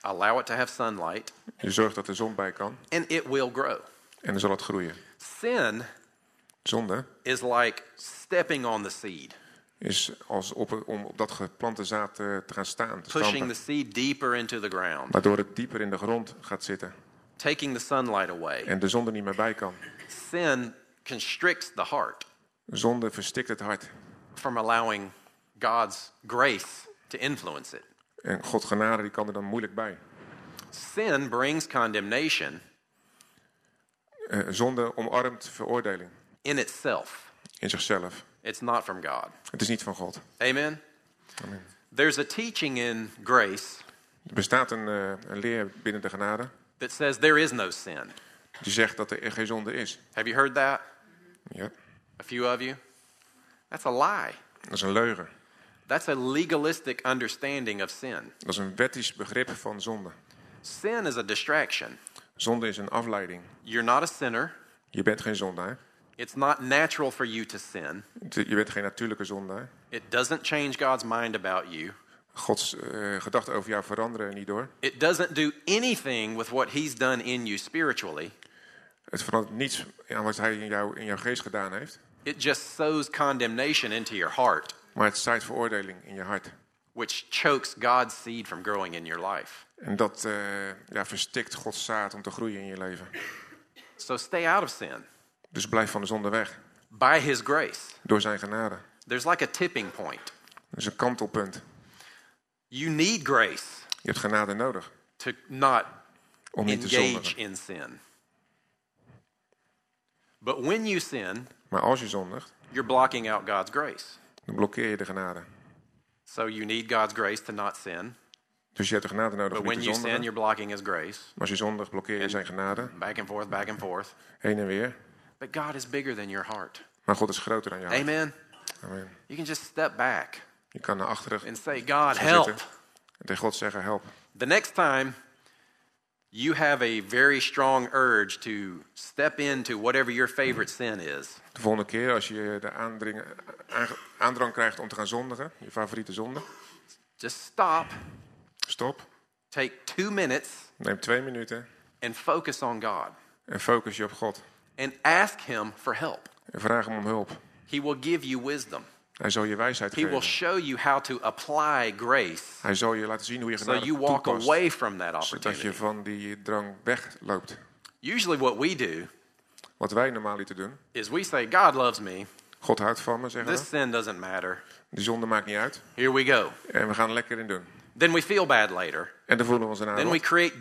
Speaker 2: allow it to have sunlight,
Speaker 1: Je zorgt dat er zon bij kan.
Speaker 2: and it will grow.
Speaker 1: En dan zal het groeien.
Speaker 2: Sin
Speaker 1: Zonde
Speaker 2: is like stepping on the seed,
Speaker 1: is als op, om op dat geplante zaad eh, te gaan staan. Te
Speaker 2: pushing the
Speaker 1: stampen.
Speaker 2: seed deeper into the ground,
Speaker 1: Waardoor het dieper in de grond gaat zitten.
Speaker 2: taking the sunlight away.
Speaker 1: En de zon er niet meer bij kan.
Speaker 2: Sin constricts the heart
Speaker 1: Zonde verstikt het hart.
Speaker 2: from allowing God's grace to influence it.
Speaker 1: En God genade die kan er dan moeilijk bij.
Speaker 2: Sin brings condemnation
Speaker 1: Eh, zonde omarmt veroordeling
Speaker 2: in itself.
Speaker 1: in zichzelf.
Speaker 2: It's not from God.
Speaker 1: Het is niet van God.
Speaker 2: Amen? There's a teaching in grace
Speaker 1: Er bestaat een, eh, een leer binnen de genade
Speaker 2: that says there is no sin.
Speaker 1: die zegt dat er geen zonde is.
Speaker 2: Have you heard that?
Speaker 1: Ja,
Speaker 2: A few of you? That's a lie.
Speaker 1: dat is een leugen.
Speaker 2: That's a legalistic understanding of sin.
Speaker 1: Dat is een wettisch begrip van zonde.
Speaker 2: Sin is a distraction.
Speaker 1: Zonde is een afleiding.
Speaker 2: You're not a sinner.
Speaker 1: Je bent geen zondaar.
Speaker 2: It's not natural for you to sin.
Speaker 1: Je bent geen natuurlijke zondaar.
Speaker 2: It doesn't change God's mind about you.
Speaker 1: Gods eh, gedachten over jou veranderen er niet door.
Speaker 2: It doesn't do anything with what He's done in you spiritually.
Speaker 1: Het verandert niets aan wat hij in, jou, in jouw geest gedaan heeft.
Speaker 2: It just sows condemnation into your heart,
Speaker 1: Maar het zaait veroordeling in je hart.
Speaker 2: which chokes God's seed from growing in your life.
Speaker 1: En dat eh, ja, verstikt Gods zaad om te groeien in je leven.
Speaker 2: So stay out of sin
Speaker 1: Dus blijf van de zonde weg.
Speaker 2: by His grace.
Speaker 1: Door zijn genade.
Speaker 2: There's like a tipping point.
Speaker 1: Dat is een kantelpunt.
Speaker 2: You need grace
Speaker 1: Je hebt genade nodig
Speaker 2: to not
Speaker 1: om niet te
Speaker 2: engage
Speaker 1: zondigen.
Speaker 2: in sin. But when you sin,
Speaker 1: Maar als je zondigt,
Speaker 2: you're blocking out God's grace.
Speaker 1: dan blokkeer je de genade.
Speaker 2: So you need God's grace to not sin.
Speaker 1: Dus je hebt de genade nodig
Speaker 2: But
Speaker 1: om niet
Speaker 2: when
Speaker 1: te
Speaker 2: you
Speaker 1: zondigen.
Speaker 2: sin, you're blocking His grace.
Speaker 1: Maar als je zondigt, blokkeer je zijn genade.
Speaker 2: Back and forth, back and forth.
Speaker 1: Heen en weer.
Speaker 2: But God is bigger than your heart.
Speaker 1: Maar God is groter dan jou.
Speaker 2: Amen.
Speaker 1: Amen.
Speaker 2: You can just step back
Speaker 1: Je kan naar achteren
Speaker 2: and say, God,
Speaker 1: gaan
Speaker 2: help.
Speaker 1: zitten. En tegen God zeggen, help.
Speaker 2: The next time you have a very strong urge to step into whatever your favorite sin is,
Speaker 1: De volgende keer als je de aandring, aange- aandrang krijgt om te gaan zondigen. Je favoriete zonde.
Speaker 2: just stop,
Speaker 1: Stop.
Speaker 2: take two minutes,
Speaker 1: Neem twee minuten.
Speaker 2: and focus on God
Speaker 1: En focus je op God.
Speaker 2: and ask Him for help.
Speaker 1: En vraag hem om hulp.
Speaker 2: He will give you wisdom.
Speaker 1: Hij zal je wijsheid
Speaker 2: He will
Speaker 1: geven.
Speaker 2: show you how to apply grace
Speaker 1: Hij zal je laten zien hoe je
Speaker 2: so
Speaker 1: genade
Speaker 2: you walk
Speaker 1: toepast,
Speaker 2: away from that
Speaker 1: zodat je
Speaker 2: opportunity.
Speaker 1: van die drang wegloopt.
Speaker 2: Usually, what we do
Speaker 1: Wat wij normaal lieten doen.
Speaker 2: is we say, God loves me.
Speaker 1: God houdt van me, zeggen
Speaker 2: This
Speaker 1: we.
Speaker 2: sin doesn't matter.
Speaker 1: Die zonde maakt niet uit.
Speaker 2: Here we go.
Speaker 1: En we gaan er lekker in doen.
Speaker 2: Then we feel bad later.
Speaker 1: En dan voelen we ons een
Speaker 2: Then we
Speaker 1: aandacht.
Speaker 2: create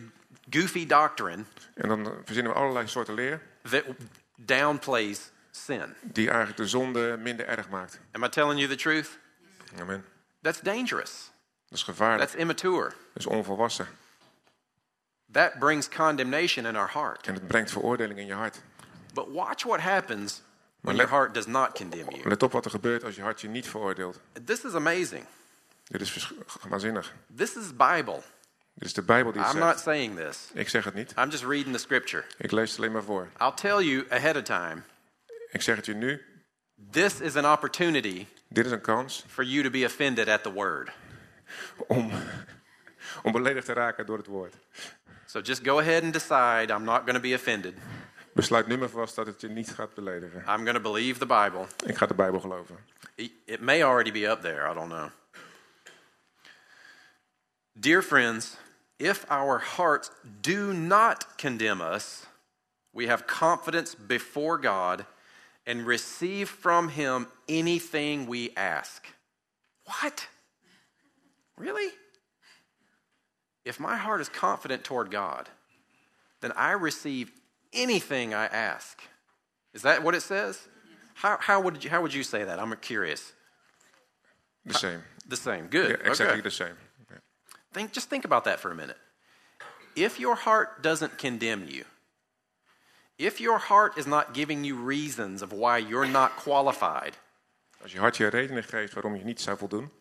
Speaker 2: goofy doctrine
Speaker 1: En dan eh, verzinnen we allerlei soorten leer
Speaker 2: that downplays sin.
Speaker 1: die eigenlijk de zonde minder erg maakt.
Speaker 2: Am I telling you the truth?
Speaker 1: Amen.
Speaker 2: That's dangerous.
Speaker 1: Dat is gevaarlijk.
Speaker 2: That's immature.
Speaker 1: Dat is onvolwassen.
Speaker 2: That brings condemnation in our heart.
Speaker 1: En het brengt veroordeling in je hart.
Speaker 2: But watch what happens
Speaker 1: let-
Speaker 2: when your heart does not condemn you.
Speaker 1: Let op wat er gebeurt als je hart je niet veroordeelt.
Speaker 2: This is amazing.
Speaker 1: Dit is vers- waanzinnig.
Speaker 2: This is Bible.
Speaker 1: Dit is de Bijbel die het
Speaker 2: I'm not
Speaker 1: zegt.
Speaker 2: saying this.
Speaker 1: Ik zeg het niet.
Speaker 2: I'm just reading the scripture.
Speaker 1: Ik lees het alleen maar voor.
Speaker 2: I'll tell you ahead of time.
Speaker 1: Ik zeg het je nu.
Speaker 2: This is an opportunity
Speaker 1: Dit is een kans
Speaker 2: for you to be offended at the word.
Speaker 1: om, om beledigd te raken door het woord.
Speaker 2: So just go ahead and decide I'm not going to be offended.
Speaker 1: Besluit nu maar vast dat het je niet gaat beledigen.
Speaker 2: I'm going to believe the Bible.
Speaker 1: Ik ga de Bijbel geloven.
Speaker 2: It it may already be up there. I don't know. Dear friends, if our hearts do not condemn us, we have confidence before God and receive from Him anything we ask. What? Really? If my heart is confident toward God, then I receive anything I ask. Is that what it says? How, how, would, you, how would you say that? I'm curious.
Speaker 1: The same.
Speaker 2: The same. Good.
Speaker 1: Yeah, exactly
Speaker 2: okay.
Speaker 1: the same. Yeah.
Speaker 2: Think, just think about that for a minute. If your heart doesn't condemn you, if your heart is not giving you reasons of why you're not qualified,
Speaker 1: Als je hart je redenen geeft waarom je niet zou voldoen.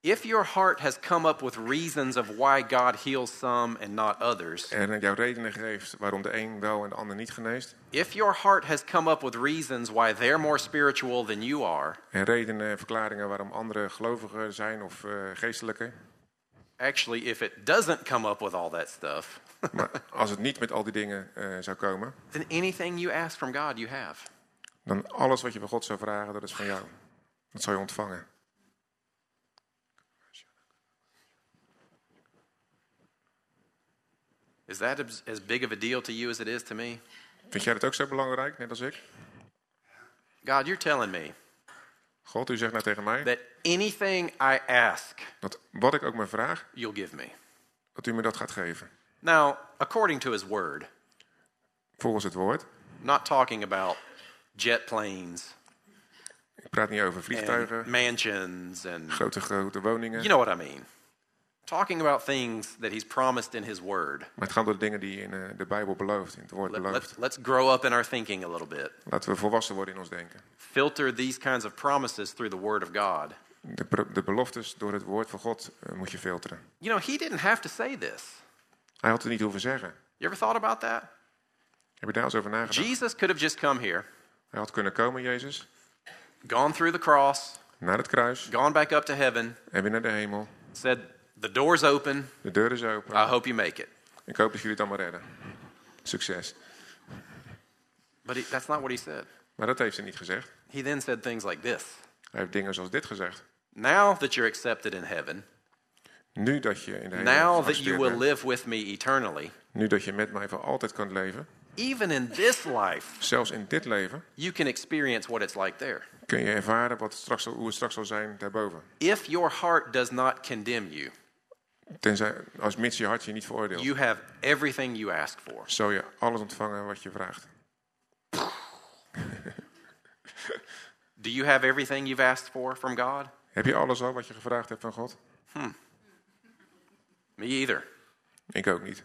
Speaker 2: if your heart has come up with reasons of why God heals some and not others,
Speaker 1: En jouw redenen geeft waarom de een wel en de ander niet geneest.
Speaker 2: if your heart has come up with reasons why they're more spiritual than you are,
Speaker 1: En redenen en verklaringen waarom andere gelovigen zijn of eh geestelijke.
Speaker 2: actually, if it doesn't come up with all that stuff,
Speaker 1: Maar als het niet met al die dingen eh, zou komen,
Speaker 2: then anything you ask from God, you have.
Speaker 1: dan alles wat je bij God zou vragen, dat is van jou. Dat zal je ontvangen.
Speaker 2: Is that as- as big of a deal to you as it is to me?
Speaker 1: Vind jij dat ook zo belangrijk, net als ik?
Speaker 2: God, you're telling me
Speaker 1: God, u zegt nou tegen mij
Speaker 2: that anything I ask,
Speaker 1: dat wat ik ook maar vraag,
Speaker 2: you'll give me.
Speaker 1: dat u me dat gaat geven.
Speaker 2: Now, according to his word,
Speaker 1: Volgens het woord.
Speaker 2: not talking about jet planes
Speaker 1: Ik praat niet over
Speaker 2: and
Speaker 1: vliegtuigen,
Speaker 2: mansions and
Speaker 1: grote, grote woningen.
Speaker 2: you know what I mean. Talking about things that he's promised in his word.
Speaker 1: Maar het gaat door de dingen die je in eh, de Bijbel belooft, in het woord
Speaker 2: Let,
Speaker 1: belooft.
Speaker 2: us grow up in our thinking a little bit.
Speaker 1: Laten we volwassen worden in ons denken.
Speaker 2: Filter these kinds of promises through the word of God.
Speaker 1: De, pro- de beloftes door het woord van God eh, moet je filteren.
Speaker 2: You know, he didn't have to say this.
Speaker 1: Hij had het niet hoeven zeggen.
Speaker 2: You ever thought about that?
Speaker 1: Heb je daar eens over nagedacht?
Speaker 2: Jesus could have just come here,
Speaker 1: Hij had kunnen komen, Jezus,
Speaker 2: gone through the cross,
Speaker 1: naar het kruis
Speaker 2: gone back up to heaven,
Speaker 1: en weer naar de hemel.
Speaker 2: said, The door's open.
Speaker 1: De deur is open.
Speaker 2: I hope you make it.
Speaker 1: Ik hoop dat jullie het allemaal redden. Succes.
Speaker 2: But he, that's not what he said.
Speaker 1: Maar dat heeft hij niet gezegd.
Speaker 2: He then said things like this
Speaker 1: Hij heeft dingen zoals dit gezegd.
Speaker 2: Now that you're accepted in heaven,
Speaker 1: Nu dat je in de hemel
Speaker 2: now that you
Speaker 1: geaccepteerd
Speaker 2: will
Speaker 1: bent,
Speaker 2: live with me eternally,
Speaker 1: nu dat je met mij voor altijd kunt leven,
Speaker 2: even in this life,
Speaker 1: zelfs in dit leven,
Speaker 2: you can experience what it's like there.
Speaker 1: kun je ervaren wat het straks, zal- hoe het straks zal zijn daarboven.
Speaker 2: If your heart does not condemn you,
Speaker 1: Tenzij, als mits je hart je niet veroordeelt,
Speaker 2: you have everything you ask for.
Speaker 1: zal je alles ontvangen wat je vraagt.
Speaker 2: Do you have everything you've asked for from God?
Speaker 1: Heb je alles al wat je gevraagd hebt van God?
Speaker 2: Me either.
Speaker 1: Ik ook niet.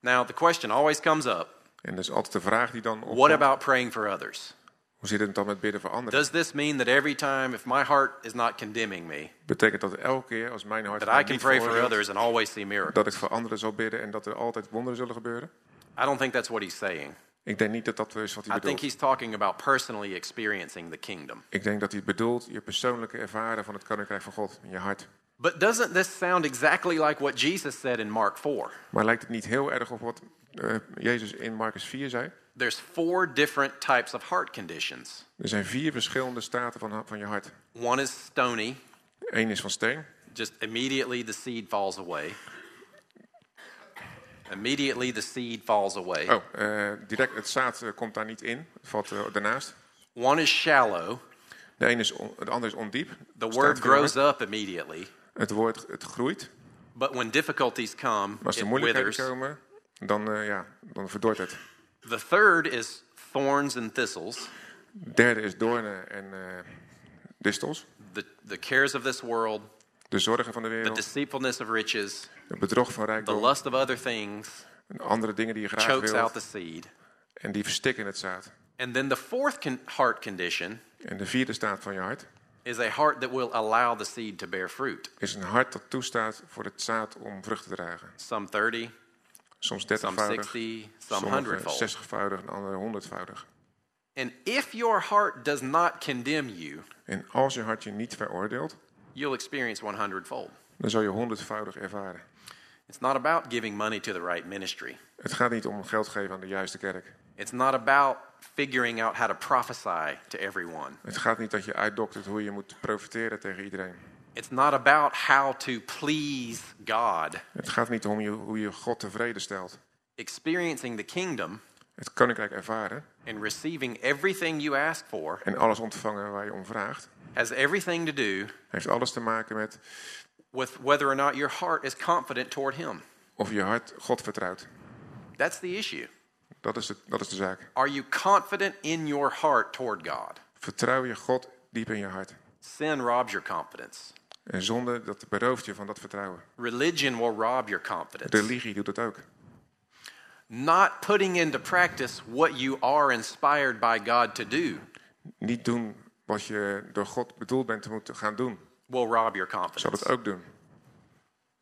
Speaker 2: Now, the question always comes up
Speaker 1: En dat is altijd de vraag die dan
Speaker 2: what
Speaker 1: opkomt.
Speaker 2: about praying for others?
Speaker 1: Hoe zit het dan met bidden voor anderen?
Speaker 2: Does this mean that every time, if my heart is not condemning me,
Speaker 1: Betekent dat elke keer als mijn hart
Speaker 2: that
Speaker 1: mij
Speaker 2: I can
Speaker 1: niet
Speaker 2: pray for
Speaker 1: veroordeelt,
Speaker 2: others and always see miracles?
Speaker 1: dat ik voor anderen zal bidden en dat er altijd wonderen zullen gebeuren?
Speaker 2: I don't think that's what he's saying.
Speaker 1: Ik denk niet dat dat is wat hij
Speaker 2: I think
Speaker 1: bedoelt.
Speaker 2: he's talking about personally experiencing the kingdom.
Speaker 1: Ik denk dat hij bedoelt je persoonlijke ervaren van het koninkrijk van God in je hart.
Speaker 2: But doesn't this sound exactly like what Jesus said in Mark 4?
Speaker 1: Maar lijkt het niet heel erg op wat eh, Jezus in Marcus 4 zei?
Speaker 2: there's four different types of heart conditions.
Speaker 1: Er zijn vier verschillende staten van, van je hart.
Speaker 2: One is stony,
Speaker 1: Eén is van steen.
Speaker 2: just immediately the seed falls away. Immediately the seed falls away.
Speaker 1: Oh, eh, direct, het zaad eh, komt daar niet in. Het valt eh, daarnaast.
Speaker 2: One is shallow.
Speaker 1: De, een is on- de ander is ondiep.
Speaker 2: The
Speaker 1: Staat
Speaker 2: word
Speaker 1: verloren.
Speaker 2: grows up immediately,
Speaker 1: Het, woord, het groeit.
Speaker 2: but when difficulties come,
Speaker 1: Maar als
Speaker 2: it
Speaker 1: er moeilijkheden
Speaker 2: withers.
Speaker 1: komen, dan, eh, ja, dan verdort het.
Speaker 2: The third is thorns and thistles.
Speaker 1: Derde is doornen en eh, distels.
Speaker 2: The, the cares of this world,
Speaker 1: De zorgen van de
Speaker 2: the
Speaker 1: wereld.
Speaker 2: deceitfulness of riches,
Speaker 1: Het bedrog van
Speaker 2: the
Speaker 1: rijkdom.
Speaker 2: lust of other things
Speaker 1: en Andere dingen die je graag
Speaker 2: chokes
Speaker 1: wilt.
Speaker 2: out the seed.
Speaker 1: En die verstikken het zaad.
Speaker 2: And then the fourth con- heart condition
Speaker 1: En de vierde staat van je hart
Speaker 2: is a heart that will allow the seed to bear fruit.
Speaker 1: is een hart dat toestaat voor het zaad om vrucht te dragen.
Speaker 2: Some 30,
Speaker 1: Soms
Speaker 2: some
Speaker 1: 30-voudig,
Speaker 2: 60, some
Speaker 1: sommige
Speaker 2: 100fold.
Speaker 1: 60-voudig en andere 100-voudig.
Speaker 2: And if your heart does not condemn you,
Speaker 1: En als je hart je niet veroordeelt,
Speaker 2: you'll experience 100fold.
Speaker 1: dan zal je 100-voudig ervaren.
Speaker 2: It's not about giving money to the right ministry.
Speaker 1: Het gaat niet om geld geven aan de juiste kerk.
Speaker 2: It's not about figuring out how to prophesy to everyone.
Speaker 1: Het gaat niet dat je uitdoktert hoe je moet profiteren tegen iedereen.
Speaker 2: It's not about how to please God.
Speaker 1: Het gaat niet om je, hoe je God tevreden stelt.
Speaker 2: Experiencing the kingdom
Speaker 1: Het koninkrijk ervaren
Speaker 2: and receiving everything you ask for
Speaker 1: en alles ontvangen waar je om vraagt...
Speaker 2: has everything to do
Speaker 1: heeft alles te maken met
Speaker 2: with whether or not your heart is confident toward Him.
Speaker 1: of je hart God vertrouwt.
Speaker 2: That's the issue.
Speaker 1: Dat is, het, dat is de zaak.
Speaker 2: Are you confident in your heart toward God?
Speaker 1: Vertrouw je God diep in je hart.
Speaker 2: Sin robs your confidence.
Speaker 1: En zonde, dat berooft je van dat vertrouwen.
Speaker 2: Religion will rob your confidence.
Speaker 1: Religie doet dat ook.
Speaker 2: Not putting into practice what you are inspired by God to do
Speaker 1: Niet doen wat je door God bedoeld bent te moeten gaan doen.
Speaker 2: will rob your
Speaker 1: Zal
Speaker 2: confidence.
Speaker 1: dat ook doen.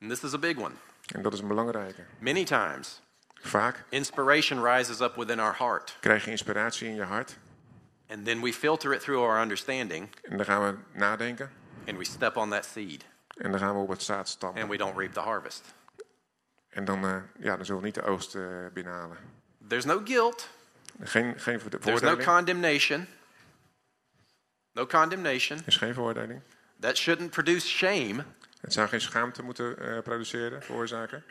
Speaker 2: And this is a big one.
Speaker 1: En dat is een belangrijke.
Speaker 2: Many times,
Speaker 1: Vaak
Speaker 2: inspiration rises up within our heart,
Speaker 1: krijg je inspiratie in je hart.
Speaker 2: and then we filter it through our understanding,
Speaker 1: En dan gaan we nadenken.
Speaker 2: and we step on that seed,
Speaker 1: En dan gaan we op het zaad stampen.
Speaker 2: and we don't reap the harvest.
Speaker 1: En dan, eh, ja, dan zullen we niet de oogst eh, binnenhalen.
Speaker 2: There's no guilt,
Speaker 1: Geen, geen verde-
Speaker 2: there's no
Speaker 1: veroordeling.
Speaker 2: condemnation. No condemnation.
Speaker 1: Er is geen veroordeling.
Speaker 2: That shouldn't produce shame,
Speaker 1: Het zou geen schaamte moeten eh, produceren, veroorzaken.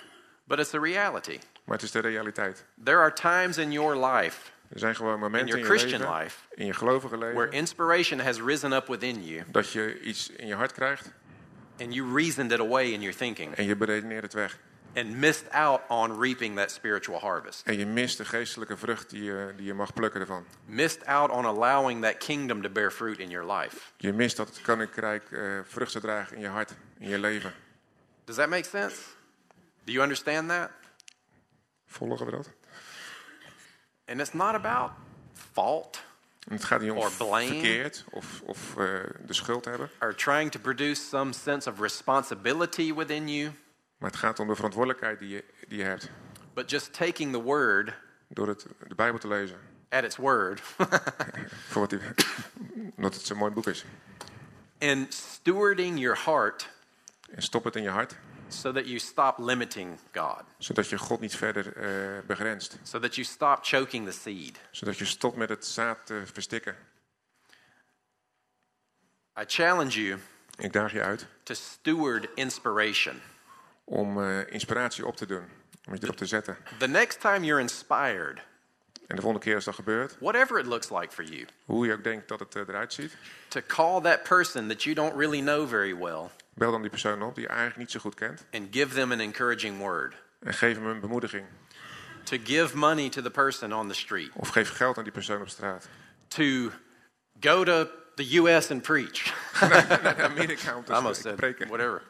Speaker 2: but it's the reality.
Speaker 1: Maar het is de realiteit.
Speaker 2: There are times in your life,
Speaker 1: Er zijn gewoon
Speaker 2: in
Speaker 1: momenten
Speaker 2: your
Speaker 1: in, je
Speaker 2: Christian
Speaker 1: leven,
Speaker 2: life,
Speaker 1: in je gelovige leven,
Speaker 2: where inspiration has risen up within you,
Speaker 1: dat je iets in je hart krijgt
Speaker 2: and you reasoned it away in your thinking,
Speaker 1: en je beredeneert het weg.
Speaker 2: and missed out on reaping that spiritual harvest.
Speaker 1: En je mist de geestelijke vrucht die je, die je mag plukken ervan.
Speaker 2: missed out on allowing that kingdom to bear fruit in your life.
Speaker 1: Je mist dat het koninkrijk eh, vrucht zou dragen in je hart, in je leven.
Speaker 2: Does that make sense? Do you understand that?
Speaker 1: Volgen we dat?
Speaker 2: And it's not about fault
Speaker 1: En het gaat niet om
Speaker 2: Or blame.
Speaker 1: verkeerd of, of eh, de schuld hebben.
Speaker 2: or trying to produce some sense of responsibility within you,
Speaker 1: Maar het gaat om de verantwoordelijkheid die je, die je hebt.
Speaker 2: but just taking the word
Speaker 1: Door het, de Bijbel te lezen.
Speaker 2: at its word
Speaker 1: Voor wat die, omdat het zo'n mooi boek is.
Speaker 2: and stewarding your heart
Speaker 1: En stop het in je hart.
Speaker 2: so that you stop limiting God,
Speaker 1: Zodat je God niet verder eh, begrenst.
Speaker 2: so that you stop choking the seed.
Speaker 1: Zodat je stopt met het zaad te verstikken.
Speaker 2: I challenge you
Speaker 1: Ik daag je uit
Speaker 2: to steward inspiration.
Speaker 1: om eh, inspiratie op te doen. Om je erop te zetten.
Speaker 2: The next time you're inspired,
Speaker 1: En de volgende keer als dat gebeurt,
Speaker 2: whatever it looks like for you,
Speaker 1: hoe je ook denkt dat het eh, eruit ziet,
Speaker 2: to call that person that you don't really know very well
Speaker 1: bel dan die persoon op die je eigenlijk niet zo goed kent.
Speaker 2: and give them an encouraging word,
Speaker 1: En geef hem een bemoediging.
Speaker 2: to give money to the person on the street,
Speaker 1: Of geef geld aan die persoon op straat.
Speaker 2: to go to the U.S. and preach.
Speaker 1: Naar Amerika om
Speaker 2: I almost
Speaker 1: te
Speaker 2: said
Speaker 1: spreken.
Speaker 2: whatever.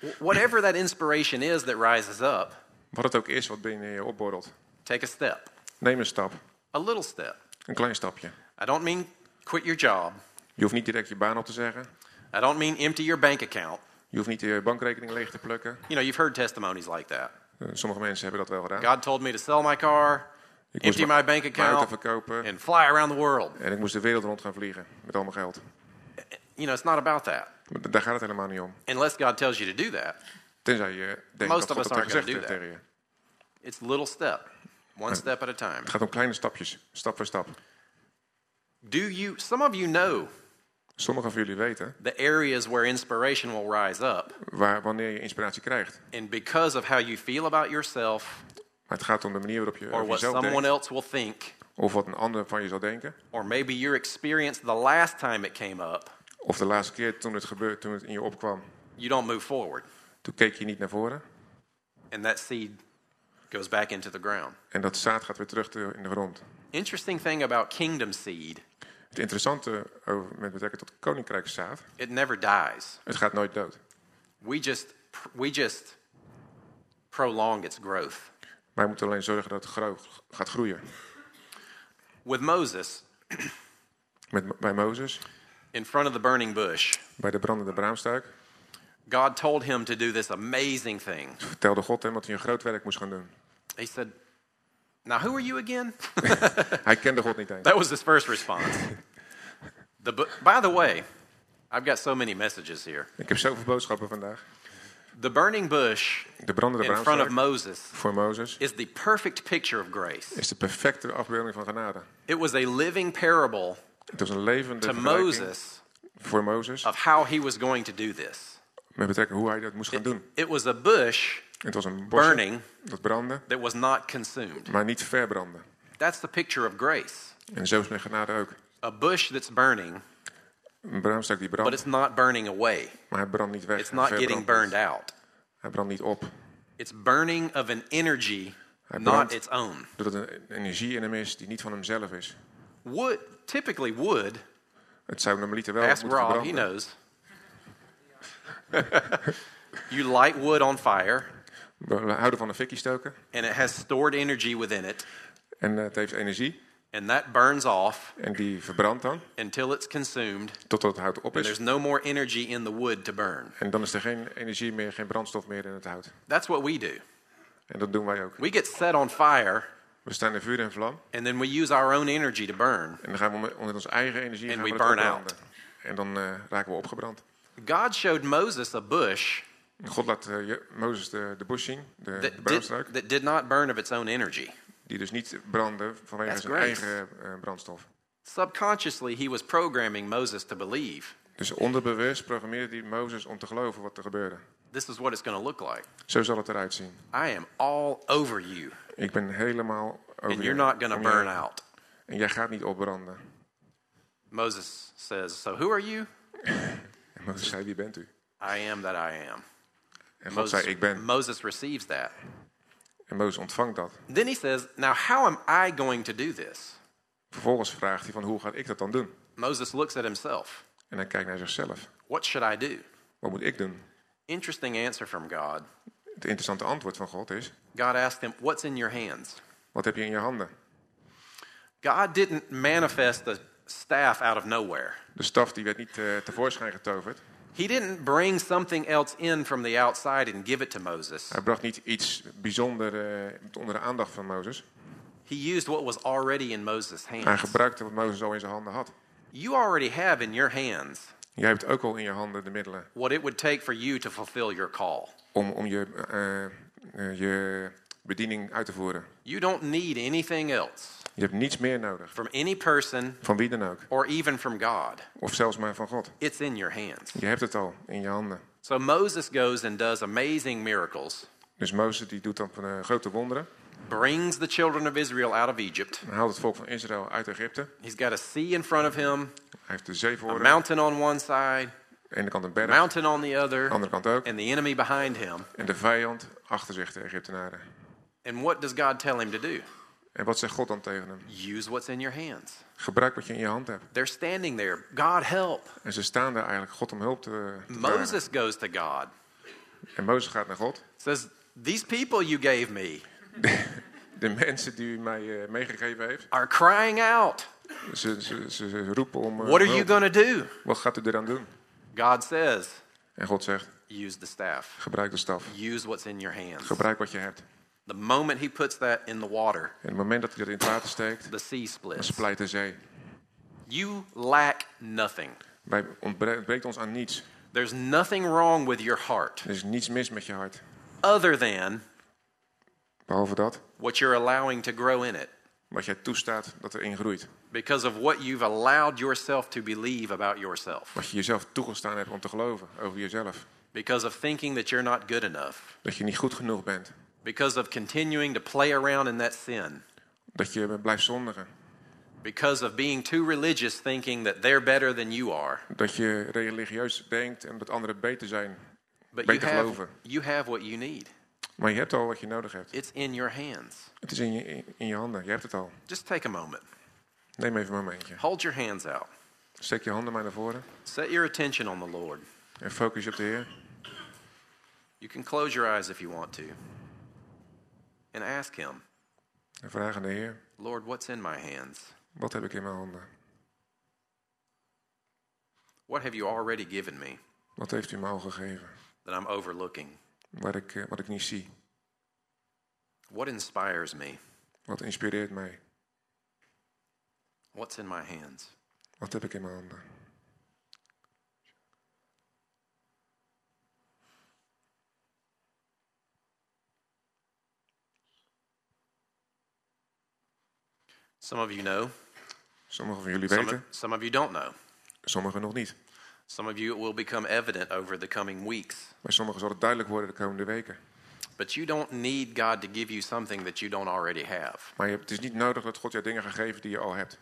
Speaker 2: Wh- Whatever that inspiration is that rises up,
Speaker 1: Wat het ook is wat binnen je opborrelt.
Speaker 2: take a step,
Speaker 1: Neem een stap.
Speaker 2: a little step.
Speaker 1: Een klein stapje.
Speaker 2: I don't mean quit your job.
Speaker 1: Je hoeft niet direct je baan op te zeggen.
Speaker 2: I don't mean empty your bank account.
Speaker 1: Je hoeft niet je bankrekening leeg te plukken.
Speaker 2: You know, you've heard testimonies like that.
Speaker 1: Eh, sommige mensen hebben dat wel gedaan.
Speaker 2: God told me to sell my car,
Speaker 1: Ik moest
Speaker 2: empty my bank
Speaker 1: mijn auto
Speaker 2: account,
Speaker 1: verkopen.
Speaker 2: and fly around the world.
Speaker 1: En ik moest de wereld rond gaan vliegen. Met al mijn geld.
Speaker 2: You know, it's not about that.
Speaker 1: Maar d- Daar gaat het helemaal niet om.
Speaker 2: unless God tells you to do that,
Speaker 1: Tenzij je denkt
Speaker 2: Most
Speaker 1: dat
Speaker 2: of
Speaker 1: God
Speaker 2: us
Speaker 1: dat
Speaker 2: aren't
Speaker 1: gezegd
Speaker 2: gonna
Speaker 1: heeft
Speaker 2: do
Speaker 1: tegen je.
Speaker 2: it's a little step. one step at a time.
Speaker 1: Het gaat om kleine stapjes, stap voor stap.
Speaker 2: Do you, some of you know
Speaker 1: Sommigen van jullie weten
Speaker 2: the areas where inspiration will rise up.
Speaker 1: waar, wanneer je inspiratie krijgt.
Speaker 2: And because of how you feel about yourself
Speaker 1: Maar het gaat om de manier waarop je
Speaker 2: or
Speaker 1: over
Speaker 2: what
Speaker 1: jezelf
Speaker 2: someone
Speaker 1: denkt.
Speaker 2: else will think,
Speaker 1: Of wat een ander van je zal denken.
Speaker 2: or maybe your experience the last time it came up,
Speaker 1: Of de laatste keer toen het, gebeurde, toen het in je opkwam.
Speaker 2: you don't move forward.
Speaker 1: Toen keek je niet naar voren.
Speaker 2: And that seed goes back into the ground.
Speaker 1: En dat zaad gaat weer terug te- in de grond.
Speaker 2: Interesting thing about kingdom seed,
Speaker 1: Het interessante over, met betrekking tot koninkrijkszaad.
Speaker 2: it never dies.
Speaker 1: Het gaat nooit dood.
Speaker 2: We just we just prolong its growth.
Speaker 1: Wij moeten alleen zorgen dat het gro- gaat groeien.
Speaker 2: With Moses
Speaker 1: Met, bij Mozes,
Speaker 2: in front of the burning bush,
Speaker 1: bij de brandende braamstruik,
Speaker 2: God told him to do this amazing thing.
Speaker 1: vertelde God hem dat hij een groot werk moest gaan doen.
Speaker 2: He said, "Now who are you again?"
Speaker 1: Hij kende God niet eens.
Speaker 2: That was his first response. The bu- by the way, I've got so many messages here.
Speaker 1: Ik heb zoveel boodschappen vandaag.
Speaker 2: The burning bush
Speaker 1: De brandende
Speaker 2: in front of
Speaker 1: braamstruik
Speaker 2: Moses
Speaker 1: voor Mozes
Speaker 2: is the perfect picture of grace.
Speaker 1: is de perfecte afbeelding van genade.
Speaker 2: It was a living parable
Speaker 1: Het was een levende
Speaker 2: to
Speaker 1: vergelijking
Speaker 2: Moses
Speaker 1: voor Mozes
Speaker 2: of how he was going to do this.
Speaker 1: met betrekking hoe hij dat moest gaan doen.
Speaker 2: It was a bush
Speaker 1: Het was een bos
Speaker 2: Burning.
Speaker 1: dat brandde,
Speaker 2: that was not consumed.
Speaker 1: maar niet verbrandde.
Speaker 2: That's the picture of grace.
Speaker 1: En zo is mijn genade ook.
Speaker 2: A bush that's burning,
Speaker 1: Een braamstruik die
Speaker 2: but
Speaker 1: brandt,
Speaker 2: it's not burning away.
Speaker 1: maar hij brandt niet weg.
Speaker 2: It's
Speaker 1: Hij
Speaker 2: not
Speaker 1: verbrandt
Speaker 2: getting
Speaker 1: niet.
Speaker 2: burned out.
Speaker 1: Hij brandt niet op.
Speaker 2: It's burning of an energy
Speaker 1: Hij
Speaker 2: not
Speaker 1: brandt.
Speaker 2: its own.
Speaker 1: Doordat er een energie in hem is die niet van hemzelf is.
Speaker 2: Wood, typically wood,
Speaker 1: Het zou normaliter wel
Speaker 2: ask
Speaker 1: moeten
Speaker 2: Rob, he
Speaker 1: verbranden.
Speaker 2: knows. you light wood on fire,
Speaker 1: We houden van een fikkie stoken.
Speaker 2: and it has stored energy within it,
Speaker 1: En eh, het heeft energie.
Speaker 2: and that burns off
Speaker 1: En die verbrandt dan.
Speaker 2: until it's consumed,
Speaker 1: Totdat het hout op
Speaker 2: and
Speaker 1: is.
Speaker 2: there's no more energy in the wood to burn.
Speaker 1: En dan is er geen energie meer, geen brandstof meer in het hout.
Speaker 2: That's what we do.
Speaker 1: En dat doen wij ook.
Speaker 2: We get set on fire,
Speaker 1: We staan in vuur en vlam.
Speaker 2: and then we use our own energy to burn.
Speaker 1: En dan gaan we onder- onder onze eigen energie
Speaker 2: And
Speaker 1: gaan
Speaker 2: we
Speaker 1: we dat
Speaker 2: burn
Speaker 1: opbranden. En dan eh, raken we opgebrand.
Speaker 2: God showed Moses a bush
Speaker 1: En God laat eh, Je- Mozes de, de bush zien, de, de
Speaker 2: that did,
Speaker 1: braamstruik.
Speaker 2: that did not burn of its own energy.
Speaker 1: Die dus niet brandde vanwege
Speaker 2: That's
Speaker 1: zijn
Speaker 2: grace.
Speaker 1: eigen eh, brandstof.
Speaker 2: Subconsciously, he was programming Moses to believe
Speaker 1: Dus onderbewust programmeerde hij Mozes om te geloven wat er gebeurde.
Speaker 2: this is what it's going to look like.
Speaker 1: Zo zal het eruit zien.
Speaker 2: I am all over you,
Speaker 1: Ik ben helemaal over
Speaker 2: and
Speaker 1: je-
Speaker 2: you're not going to
Speaker 1: om je
Speaker 2: burn
Speaker 1: heen.
Speaker 2: out.
Speaker 1: En jij gaat niet opbranden.
Speaker 2: Moses says, So who are you?
Speaker 1: En Mozes zei, wie bent u?
Speaker 2: I am that I am.
Speaker 1: En God
Speaker 2: Moses,
Speaker 1: zei, ik ben.
Speaker 2: Moses receives that.
Speaker 1: En Mozes ontvangt dat.
Speaker 2: Then he says, Now, how am I going to do this?
Speaker 1: Vervolgens vraagt hij van, hoe ga ik dat dan doen?
Speaker 2: Moses looks at himself.
Speaker 1: En hij kijkt naar zichzelf.
Speaker 2: What should I do?
Speaker 1: Wat moet ik doen?
Speaker 2: Interesting answer from God.
Speaker 1: Het interessante antwoord van God is,
Speaker 2: God asked him, What's in your hands?
Speaker 1: wat heb je in je handen?
Speaker 2: God didn't manifest the staff out of nowhere.
Speaker 1: De staf die werd niet eh, tevoorschijn getoverd.
Speaker 2: He didn't bring something else in from the outside and give it to Moses.
Speaker 1: Hij bracht niet iets bijzonder eh, onder de aandacht van Mozes.
Speaker 2: He used what was already in Moses'
Speaker 1: Hij
Speaker 2: hands.
Speaker 1: gebruikte wat Mozes al in zijn handen had.
Speaker 2: You already have in your hands
Speaker 1: Jij hebt ook al in je handen de middelen
Speaker 2: what it would take for you to fulfill your call.
Speaker 1: om, om je, eh, eh, je bediening uit te voeren.
Speaker 2: You don't need anything else
Speaker 1: Je hebt niets meer nodig.
Speaker 2: from any person
Speaker 1: Van wie dan ook.
Speaker 2: or even from God.
Speaker 1: Of zelfs maar van God.
Speaker 2: It's in your hands.
Speaker 1: Je hebt het al in je handen.
Speaker 2: So Moses goes and does amazing miracles,
Speaker 1: Dus Mozes die doet dan eh, grote wonderen.
Speaker 2: brings the children of Israel out of Egypt.
Speaker 1: Hij haalt het volk van Israël uit Egypte.
Speaker 2: He's got a sea in front of him,
Speaker 1: Hij heeft de zee
Speaker 2: a
Speaker 1: voor hem. Aan
Speaker 2: mountain on one side,
Speaker 1: de ene kant een berg, aan
Speaker 2: mountain on the
Speaker 1: de
Speaker 2: other,
Speaker 1: andere kant ook.
Speaker 2: and the enemy behind him.
Speaker 1: En de vijand achter zich, de Egyptenaren.
Speaker 2: And what does God tell him to do?
Speaker 1: En wat zegt God dan tegen hem?
Speaker 2: Use what's in your hands.
Speaker 1: Gebruik wat je in je hand hebt.
Speaker 2: They're standing there. God help.
Speaker 1: En ze staan daar eigenlijk God om hulp te, te vragen.
Speaker 2: Moses goes to God,
Speaker 1: En Mozes gaat naar God.
Speaker 2: says, These people you gave me
Speaker 1: De mensen die u mij eh, meegegeven heeft,
Speaker 2: are crying out.
Speaker 1: ze, ze, ze, ze roepen om eh,
Speaker 2: What are you
Speaker 1: hulp.
Speaker 2: going to do?
Speaker 1: Wat gaat u eraan doen?
Speaker 2: God says,
Speaker 1: En God zegt,
Speaker 2: Use the staff,
Speaker 1: gebruik de staf.
Speaker 2: use what's in your hands.
Speaker 1: Gebruik wat je hebt.
Speaker 2: The moment he puts that in the water,
Speaker 1: En op het moment dat hij dat in het water steekt,
Speaker 2: the sea splits.
Speaker 1: splijt de zee.
Speaker 2: You lack nothing.
Speaker 1: Wij ontbre- ontbreekt ons aan niets.
Speaker 2: There's nothing wrong with your heart
Speaker 1: Er is niets mis met je hart.
Speaker 2: other than
Speaker 1: Behalve dat,
Speaker 2: what you're allowing to grow in it
Speaker 1: wat jij toestaat dat erin groeit.
Speaker 2: because of what you've allowed yourself to believe about yourself,
Speaker 1: Wat je jezelf toegestaan hebt om te geloven over jezelf.
Speaker 2: because of thinking that you're not good enough,
Speaker 1: Dat je niet goed genoeg bent.
Speaker 2: because of continuing to play around in that sin,
Speaker 1: Dat je blijft zondigen.
Speaker 2: because of being too religious thinking that they're better than you are.
Speaker 1: Dat je religieus denkt en dat anderen beter zijn.
Speaker 2: But you
Speaker 1: beter
Speaker 2: have,
Speaker 1: geloven.
Speaker 2: you have what you need,
Speaker 1: Maar je hebt al wat je nodig hebt.
Speaker 2: it's in your hands.
Speaker 1: Het is in je, in- in je handen. Je hebt het al.
Speaker 2: Just take a moment,
Speaker 1: Neem even een momentje.
Speaker 2: hold your hands out,
Speaker 1: Steek je handen maar naar voren.
Speaker 2: set your attention on the Lord.
Speaker 1: En focus je op de Heer.
Speaker 2: You can close your eyes if you want to and ask Him,
Speaker 1: En vraag aan de Heer.
Speaker 2: Lord, what's in my hands?
Speaker 1: Wat heb ik in mijn handen?
Speaker 2: What have you already given me
Speaker 1: Wat heeft u me al gegeven?
Speaker 2: that I'm overlooking?
Speaker 1: Wat ik, eh, wat ik niet zie.
Speaker 2: What inspires me?
Speaker 1: Wat inspireert mij?
Speaker 2: What's in my hands?
Speaker 1: Wat heb ik in mijn handen?
Speaker 2: Some of you know,
Speaker 1: Sommigen van jullie
Speaker 2: some of,
Speaker 1: weten,
Speaker 2: some of you don't know.
Speaker 1: sommigen nog niet.
Speaker 2: Some of you it will become evident over the coming weeks.
Speaker 1: Bij sommigen zal het duidelijk worden de komende weken.
Speaker 2: But you don't need God to give you something that you don't already have.
Speaker 1: Maar je hebt- het is niet nodig dat God jou dingen gaat geven die je al hebt.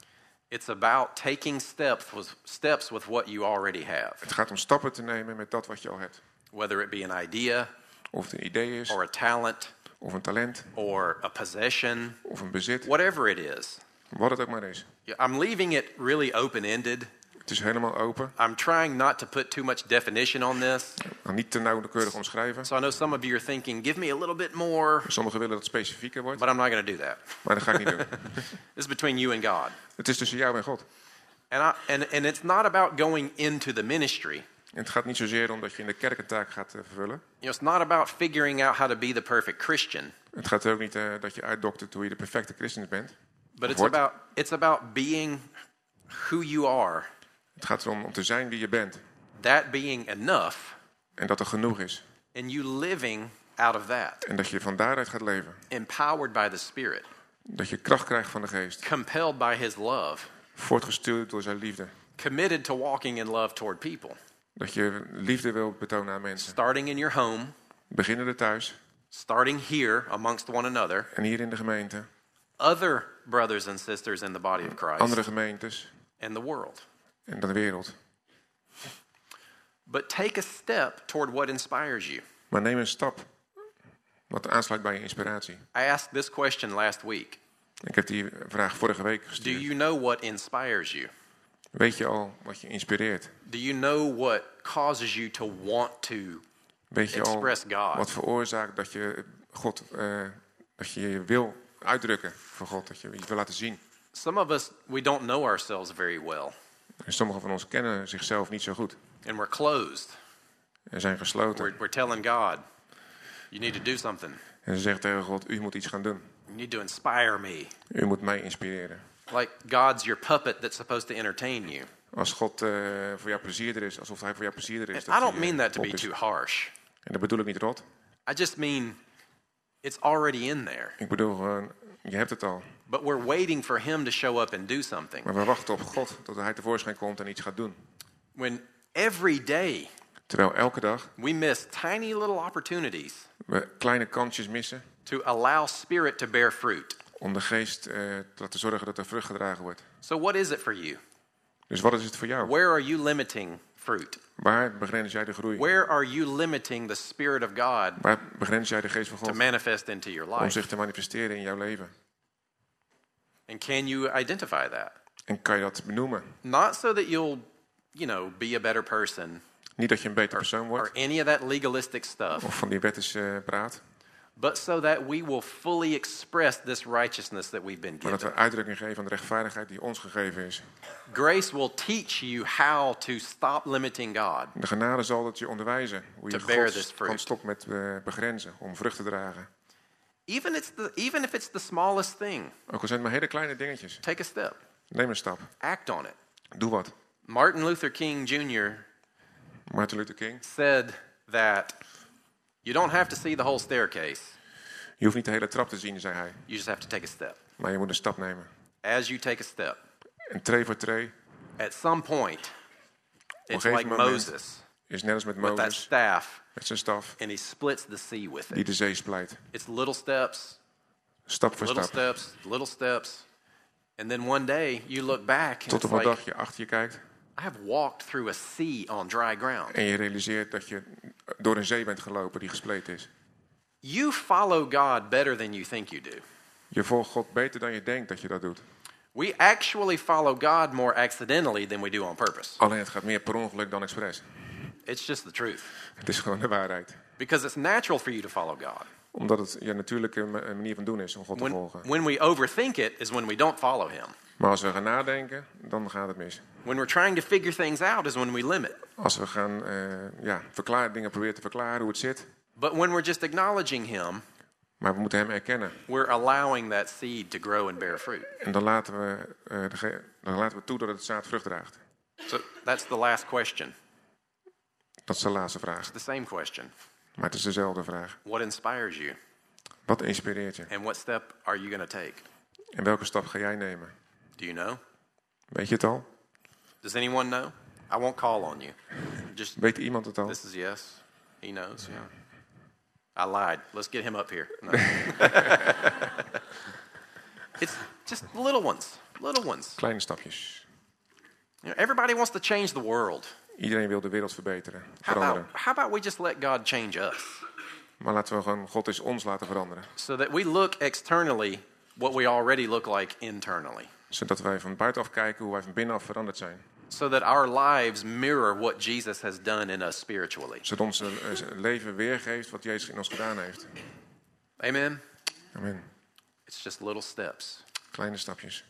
Speaker 2: It's about taking steps with, steps with what you already have,
Speaker 1: Het gaat om stappen te nemen met dat wat je al hebt.
Speaker 2: whether it be an idea
Speaker 1: Of het een idee is,
Speaker 2: or a talent
Speaker 1: of een talent,
Speaker 2: or a possession,
Speaker 1: of een bezit,
Speaker 2: whatever it is.
Speaker 1: wat het ook maar is.
Speaker 2: Yeah, I'm leaving it really open ended.
Speaker 1: Het is helemaal open,
Speaker 2: I'm trying not to put too much definition on this.
Speaker 1: maar niet te nauwkeurig omschrijven.
Speaker 2: So I know some of you are thinking, give me a little bit more,
Speaker 1: Sommigen willen dat het specifieker wordt,
Speaker 2: but I'm not going to do that.
Speaker 1: maar dat ga ik niet doen.
Speaker 2: This is between you and God.
Speaker 1: Het is tussen jou en God.
Speaker 2: And, I, and, and it's not about going into the ministry.
Speaker 1: En het gaat niet zozeer om dat je in de kerk een taak gaat eh, vervullen.
Speaker 2: You know, it's not about figuring out how to be the perfect Christian,
Speaker 1: Het gaat ook niet eh, dat je uitdoktert hoe je de perfecte christen bent.
Speaker 2: but it's
Speaker 1: What?
Speaker 2: about, it's about being who you are,
Speaker 1: Het gaat erom om te zijn wie je bent.
Speaker 2: that being enough,
Speaker 1: En dat er genoeg is.
Speaker 2: and you living out of that,
Speaker 1: En dat je van daaruit gaat leven.
Speaker 2: empowered by the Spirit,
Speaker 1: Dat je kracht krijgt van de geest.
Speaker 2: compelled by His love,
Speaker 1: Voortgestuurd door zijn liefde.
Speaker 2: committed to walking in love toward people,
Speaker 1: Dat je liefde wil betonen aan mensen.
Speaker 2: starting in your home,
Speaker 1: Beginnen er thuis
Speaker 2: starting here amongst one another.
Speaker 1: en hier in de gemeente.
Speaker 2: other brothers and sisters in the body of Christ
Speaker 1: Andere gemeentes
Speaker 2: and the world.
Speaker 1: en dan de wereld.
Speaker 2: But take a step toward what inspires you.
Speaker 1: Maar neem een stap wat aansluit bij je inspiratie.
Speaker 2: I asked this question last week
Speaker 1: Ik heb die vraag vorige week
Speaker 2: Do
Speaker 1: gestuurd.
Speaker 2: you know what inspires you?
Speaker 1: Weet je al wat je inspireert?
Speaker 2: Do you know what causes you to want to?
Speaker 1: Weet je al
Speaker 2: Express God.
Speaker 1: wat veroorzaakt dat je God, eh, dat je je wil uitdrukken voor God, dat je iets wil laten zien.
Speaker 2: Some of us, we don't know ourselves very well,
Speaker 1: En sommigen van ons kennen zichzelf niet zo goed
Speaker 2: and we're closed.
Speaker 1: en zijn gesloten.
Speaker 2: We're, we're telling God, You need to do something.
Speaker 1: En ze zeggen tegen God, u moet iets gaan doen.
Speaker 2: You need to inspire me.
Speaker 1: U moet mij inspireren.
Speaker 2: Like God's your puppet that's supposed to entertain you.
Speaker 1: Als God eh, voor jou plezier er is, alsof hij voor jou plezier er is.
Speaker 2: I don't
Speaker 1: hij,
Speaker 2: mean
Speaker 1: eh,
Speaker 2: that to
Speaker 1: op
Speaker 2: be
Speaker 1: is.
Speaker 2: too harsh.
Speaker 1: En dat bedoel ik niet rot.
Speaker 2: I just mean it's already in there.
Speaker 1: Ik bedoel gewoon, je hebt het al.
Speaker 2: But we're waiting for him to show up and do something.
Speaker 1: Maar we wachten op God dat hij tevoorschijn komt en iets gaat doen.
Speaker 2: When every day
Speaker 1: Terwijl elke dag
Speaker 2: we miss tiny little opportunities
Speaker 1: we kleine kansjes missen
Speaker 2: to allow spirit to bear fruit.
Speaker 1: om de geest eh, te laten zorgen dat er vrucht gedragen wordt.
Speaker 2: So, what is it for you?
Speaker 1: Dus wat is het voor jou?
Speaker 2: Where are you limiting fruit?
Speaker 1: Waar begrens jij de groei?
Speaker 2: Where are you limiting the Spirit of God
Speaker 1: Waar begrens jij de geest van
Speaker 2: to
Speaker 1: God
Speaker 2: manifest into your
Speaker 1: om
Speaker 2: life?
Speaker 1: zich te manifesteren in jouw leven?
Speaker 2: And can you identify that?
Speaker 1: En kan je dat benoemen?
Speaker 2: Not so that you'll, you know, be a better person
Speaker 1: Niet dat je een beter persoon
Speaker 2: or
Speaker 1: wordt
Speaker 2: any of that legalistic stuff,
Speaker 1: of van die wettische praat,
Speaker 2: but so that we will fully express this righteousness that we've been
Speaker 1: maar dat
Speaker 2: given.
Speaker 1: we uitdrukking geven aan de rechtvaardigheid die ons gegeven is.
Speaker 2: Grace will teach you how to stop limiting God.
Speaker 1: De genade zal dat je onderwijzen hoe je
Speaker 2: To bear this
Speaker 1: God
Speaker 2: fruit.
Speaker 1: kan stoppen met eh, begrenzen om vrucht te dragen.
Speaker 2: Even, it's the, even if it's the smallest thing,
Speaker 1: Ook al zijn het maar hele kleine dingetjes.
Speaker 2: take a step,
Speaker 1: Neem een stap.
Speaker 2: act on it.
Speaker 1: Doe wat.
Speaker 2: Martin Luther King Jr.
Speaker 1: Martin Luther King.
Speaker 2: said that you don't have to see the whole staircase,
Speaker 1: Je hoeft niet de hele trap te zien, zei hij.
Speaker 2: You just have to take a step.
Speaker 1: Maar je moet een stap nemen.
Speaker 2: As you take a step,
Speaker 1: En tree voor tree
Speaker 2: at some point, it's
Speaker 1: gegeven
Speaker 2: like
Speaker 1: moment
Speaker 2: Moses
Speaker 1: is net als met
Speaker 2: with that
Speaker 1: Mozes,
Speaker 2: staff,
Speaker 1: met zijn staf,
Speaker 2: and he splits the sea with it.
Speaker 1: die de zee splijt.
Speaker 2: It's little steps,
Speaker 1: Stap voor
Speaker 2: little
Speaker 1: stap.
Speaker 2: steps, little steps. And then one day you look back and
Speaker 1: Tot
Speaker 2: it's
Speaker 1: op een
Speaker 2: like,
Speaker 1: dag je achter je kijkt
Speaker 2: I have walked through a sea on dry ground.
Speaker 1: en je realiseert dat je door een zee bent gelopen die gespleten is.
Speaker 2: You follow God better than you think you do.
Speaker 1: Je volgt God beter dan je denkt dat je dat doet.
Speaker 2: We actually follow God more accidentally than we do on purpose.
Speaker 1: Alleen het gaat meer per ongeluk dan expres.
Speaker 2: It's just the truth.
Speaker 1: Het is gewoon de waarheid.
Speaker 2: Because it's natural for you to follow God.
Speaker 1: Omdat het je natuurlijke ma- manier van doen is om God te
Speaker 2: When,
Speaker 1: volgen.
Speaker 2: when we overthink it is when we don't follow Him.
Speaker 1: Maar als we gaan nadenken, dan gaat het mis.
Speaker 2: When we're trying to figure things out is when we limit.
Speaker 1: Als we gaan eh, ja, verklaren, dingen proberen te verklaren hoe het zit.
Speaker 2: But when we're just acknowledging Him,
Speaker 1: Maar we moeten hem erkennen.
Speaker 2: we're allowing that seed to grow and bear fruit.
Speaker 1: En dan laten we, eh, dege- dan laten we toe dat het zaad vrucht draagt.
Speaker 2: So that's the last question.
Speaker 1: Dat is de laatste vraag.
Speaker 2: The same question.
Speaker 1: Maar het is dezelfde vraag.
Speaker 2: What inspires you?
Speaker 1: Wat inspireert je?
Speaker 2: And what step are you going to take?
Speaker 1: En welke stap ga jij nemen?
Speaker 2: Do you know?
Speaker 1: Weet je het al?
Speaker 2: Does anyone know? I won't call on you. Just
Speaker 1: Weet iemand het al?
Speaker 2: this is yes. He knows. Yeah. I lied. Let's get him up here. No. it's just little ones. Little ones.
Speaker 1: Kleine stapjes.
Speaker 2: You know, everybody wants to change the world.
Speaker 1: Iedereen wil de wereld verbeteren,
Speaker 2: How about,
Speaker 1: veranderen.
Speaker 2: how about we just let God change us
Speaker 1: Maar laten we gewoon God is ons laten veranderen.
Speaker 2: so that we look externally what we already look like internally?
Speaker 1: Zodat wij van buitenaf kijken hoe wij van binnenaf veranderd zijn.
Speaker 2: So that our lives mirror what Jesus has done in us spiritually.
Speaker 1: Zodat ons eh, leven weergeeft wat Jezus in ons gedaan heeft.
Speaker 2: Amen.
Speaker 1: Amen.
Speaker 2: It's just little steps.
Speaker 1: Kleine stapjes.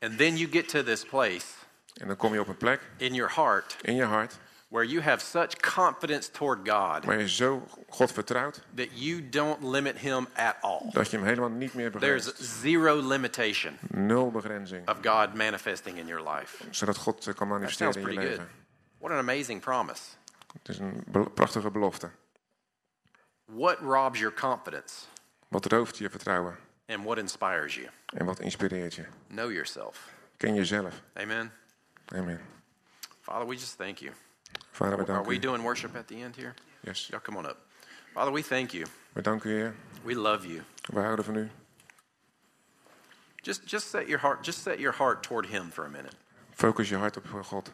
Speaker 2: And then you get to this place
Speaker 1: En dan kom je op een plek
Speaker 2: in your heart
Speaker 1: in je hart
Speaker 2: where you have such confidence toward God
Speaker 1: waar je zo God vertrouwt
Speaker 2: that you don't limit Him at all.
Speaker 1: dat je hem helemaal niet meer
Speaker 2: There's
Speaker 1: begrenst.
Speaker 2: zero limitation
Speaker 1: Nul begrenzing.
Speaker 2: of God manifesting in your life.
Speaker 1: Zodat God eh, kan
Speaker 2: That sounds
Speaker 1: manifesteren in je
Speaker 2: pretty good.
Speaker 1: leven.
Speaker 2: What an amazing promise.
Speaker 1: Het is een be- prachtige belofte.
Speaker 2: What robs your confidence
Speaker 1: Wat rooft je vertrouwen?
Speaker 2: and what inspires you?
Speaker 1: En wat inspireert je?
Speaker 2: Know yourself.
Speaker 1: Ken jezelf.
Speaker 2: Amen.
Speaker 1: Amen.
Speaker 2: Father, we just thank you.
Speaker 1: Vader, we
Speaker 2: Are
Speaker 1: danken
Speaker 2: we
Speaker 1: u.
Speaker 2: doing worship at the end here?
Speaker 1: Yes.
Speaker 2: Y'all come on up. Father, we thank you.
Speaker 1: We danken u, Heer.
Speaker 2: We love you.
Speaker 1: We houden van u.
Speaker 2: Just just set your heart just set your heart toward him for a minute.
Speaker 1: Focus je hart op eh, God.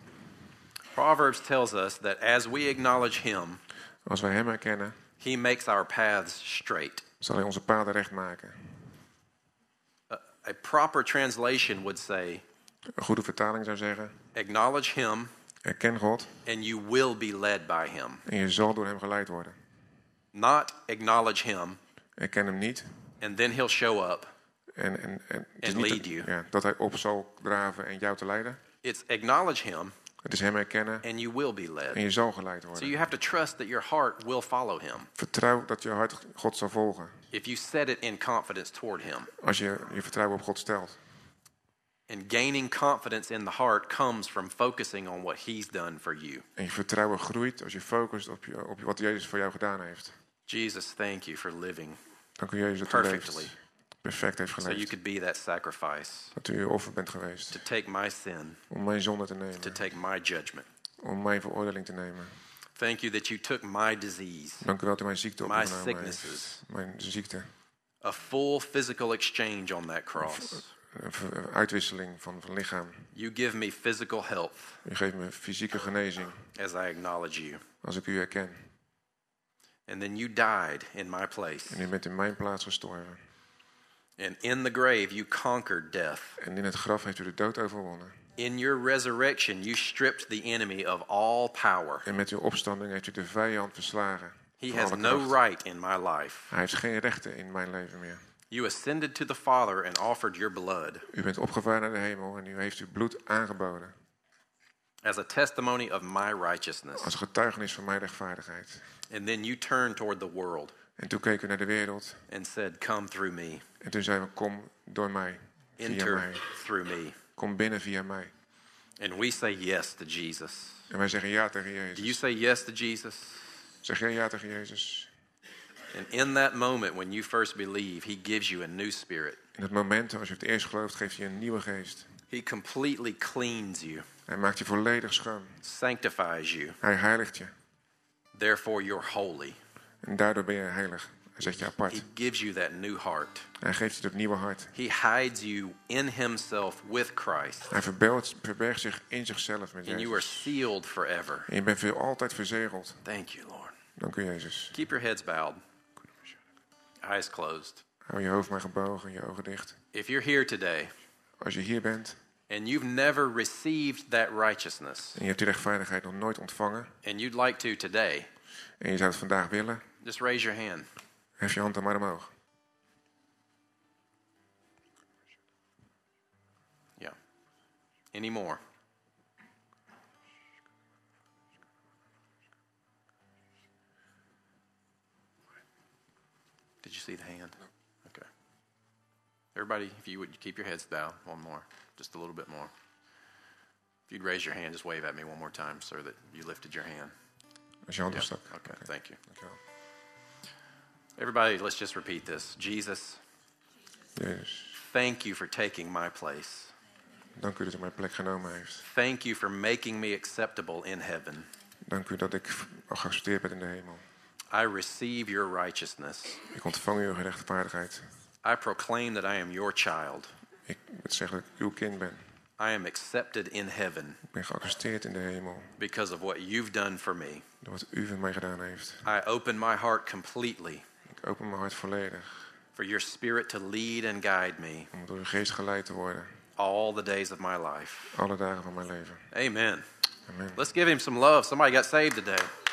Speaker 2: Proverbs tells us that as we acknowledge him,
Speaker 1: Als wij hem herkennen,
Speaker 2: he makes our paths straight.
Speaker 1: zal hij onze paden recht maken.
Speaker 2: A, a proper translation would say,
Speaker 1: Een goede vertaling zou zeggen,
Speaker 2: acknowledge him
Speaker 1: erken God
Speaker 2: and you will be led by him.
Speaker 1: en je zal door hem geleid worden.
Speaker 2: Not acknowledge him
Speaker 1: Erken hem niet
Speaker 2: and then he'll show up.
Speaker 1: en, en, en, het is
Speaker 2: And
Speaker 1: niet
Speaker 2: lead
Speaker 1: dat,
Speaker 2: you.
Speaker 1: ja, dat hij op zal draven en jou te leiden.
Speaker 2: It's acknowledge him
Speaker 1: Het is hem herkennen
Speaker 2: and you will be
Speaker 1: en
Speaker 2: led.
Speaker 1: je zal geleid
Speaker 2: So
Speaker 1: worden.
Speaker 2: you have to trust that your heart will follow him
Speaker 1: Vertrouw dat je hart God zal volgen
Speaker 2: if you set it in confidence toward him.
Speaker 1: als je je vertrouwen op God stelt.
Speaker 2: And gaining confidence in the heart comes from focusing on what he's done for you.
Speaker 1: En je vertrouwen groeit als je focust op, je, op wat Jezus voor jou gedaan heeft.
Speaker 2: Jesus, thank you for living
Speaker 1: Dank u Jezus dat u
Speaker 2: Perfectly.
Speaker 1: leeft. perfect heeft
Speaker 2: so you
Speaker 1: geleefd.
Speaker 2: could be that sacrifice
Speaker 1: Dat u uw offer bent geweest
Speaker 2: to take my sin,
Speaker 1: om mijn zonde te nemen.
Speaker 2: to take my judgment.
Speaker 1: om mijn veroordeling te nemen.
Speaker 2: Thank you that you took my disease,
Speaker 1: Dank u wel dat u mijn ziekte
Speaker 2: my
Speaker 1: opgenomen heeft.
Speaker 2: sicknesses,
Speaker 1: Mijn ziekte.
Speaker 2: a full physical exchange on that cross.
Speaker 1: Een eh, ver- een uitwisseling van, van lichaam.
Speaker 2: You give me physical health
Speaker 1: U geeft me fysieke genezing
Speaker 2: as I acknowledge you.
Speaker 1: als ik u herken.
Speaker 2: And then you died in my place.
Speaker 1: En u bent in mijn plaats gestorven.
Speaker 2: And in the grave, you conquered death.
Speaker 1: En in het graf heeft u de dood overwonnen.
Speaker 2: In your resurrection, you stripped the enemy of all power.
Speaker 1: En met uw opstanding heeft u de vijand verslagen.
Speaker 2: He
Speaker 1: van
Speaker 2: has
Speaker 1: alle
Speaker 2: no
Speaker 1: kracht.
Speaker 2: right in my life.
Speaker 1: Hij heeft geen rechten in mijn leven meer.
Speaker 2: You ascended to the Father and offered your blood
Speaker 1: U bent opgevaren naar de hemel en u heeft uw bloed aangeboden.
Speaker 2: as a testimony of my righteousness.
Speaker 1: Als getuigenis van mijn rechtvaardigheid.
Speaker 2: And then you turned toward the world
Speaker 1: En toen keek u naar de wereld.
Speaker 2: and said, Come through me,
Speaker 1: En toen zei we, kom door mij. Via
Speaker 2: enter
Speaker 1: mij.
Speaker 2: through me.
Speaker 1: Kom binnen via mij.
Speaker 2: And we say yes to Jesus.
Speaker 1: En wij zeggen ja tegen
Speaker 2: Do
Speaker 1: Jezus.
Speaker 2: you say yes to Jesus?
Speaker 1: Zeg jij ja tegen Jezus?
Speaker 2: And in that moment, when you first believe, He gives you a new spirit.
Speaker 1: In het moment, als je het eerst gelooft, geeft hij een nieuwe geest.
Speaker 2: He completely cleans you,
Speaker 1: Hij maakt je volledig schoon.
Speaker 2: sanctifies you.
Speaker 1: Hij heiligt je.
Speaker 2: Therefore, you're holy.
Speaker 1: En daardoor ben je heilig. Hij zet je
Speaker 2: He
Speaker 1: apart.
Speaker 2: gives you that new heart.
Speaker 1: Hij geeft je dat nieuwe hart.
Speaker 2: He hides you in Himself with Christ,
Speaker 1: Hij verbergt, verbergt zich in zichzelf met
Speaker 2: and you are
Speaker 1: Jezus.
Speaker 2: sealed forever.
Speaker 1: En je bent voor altijd verzegeld.
Speaker 2: Thank you, Lord.
Speaker 1: Dank u, Jezus.
Speaker 2: Keep your heads bowed, eyes closed.
Speaker 1: Hou je hoofd maar gebogen en je ogen dicht.
Speaker 2: If you're here today
Speaker 1: Als je hier bent
Speaker 2: and you've never received that righteousness,
Speaker 1: en je hebt die rechtvaardigheid nog nooit ontvangen...
Speaker 2: and you'd like to today,
Speaker 1: en je zou het vandaag willen,
Speaker 2: just raise your hand.
Speaker 1: hef je hand dan maar omhoog.
Speaker 2: Yeah. Any more? Did you see the hand? Okay. Everybody, if you would keep your heads bowed, one more, just a little bit more. If you'd raise your hand, just wave at me one more time, sir, that you lifted your hand.
Speaker 1: Als je hand
Speaker 2: Yeah.
Speaker 1: opstak.
Speaker 2: Okay, thank you.
Speaker 1: Dankjewel.
Speaker 2: Everybody, let's just repeat this. Jesus,
Speaker 1: Jezus,
Speaker 2: thank you for taking my place.
Speaker 1: dank u dat u mijn plek genomen heeft.
Speaker 2: Thank you for making me acceptable in heaven.
Speaker 1: Dank u dat ik al geaccepteerd ben in de hemel.
Speaker 2: I receive your righteousness.
Speaker 1: Ik ontvang uw rechtvaardigheid.
Speaker 2: I proclaim that I am your child.
Speaker 1: Ik moet zeggen dat ik uw kind ben.
Speaker 2: I am accepted in heaven
Speaker 1: Ik ben geaccepteerd in de hemel
Speaker 2: because of what you've done for me.
Speaker 1: door wat u voor mij gedaan heeft.
Speaker 2: I open my heart completely
Speaker 1: Ik open mijn hart volledig
Speaker 2: for your spirit to lead and guide me
Speaker 1: om door uw geest geleid te worden.
Speaker 2: all the days of my life.
Speaker 1: Alle dagen van mijn leven.
Speaker 2: Amen.
Speaker 1: Amen.
Speaker 2: Let's give him some love. Somebody got saved today.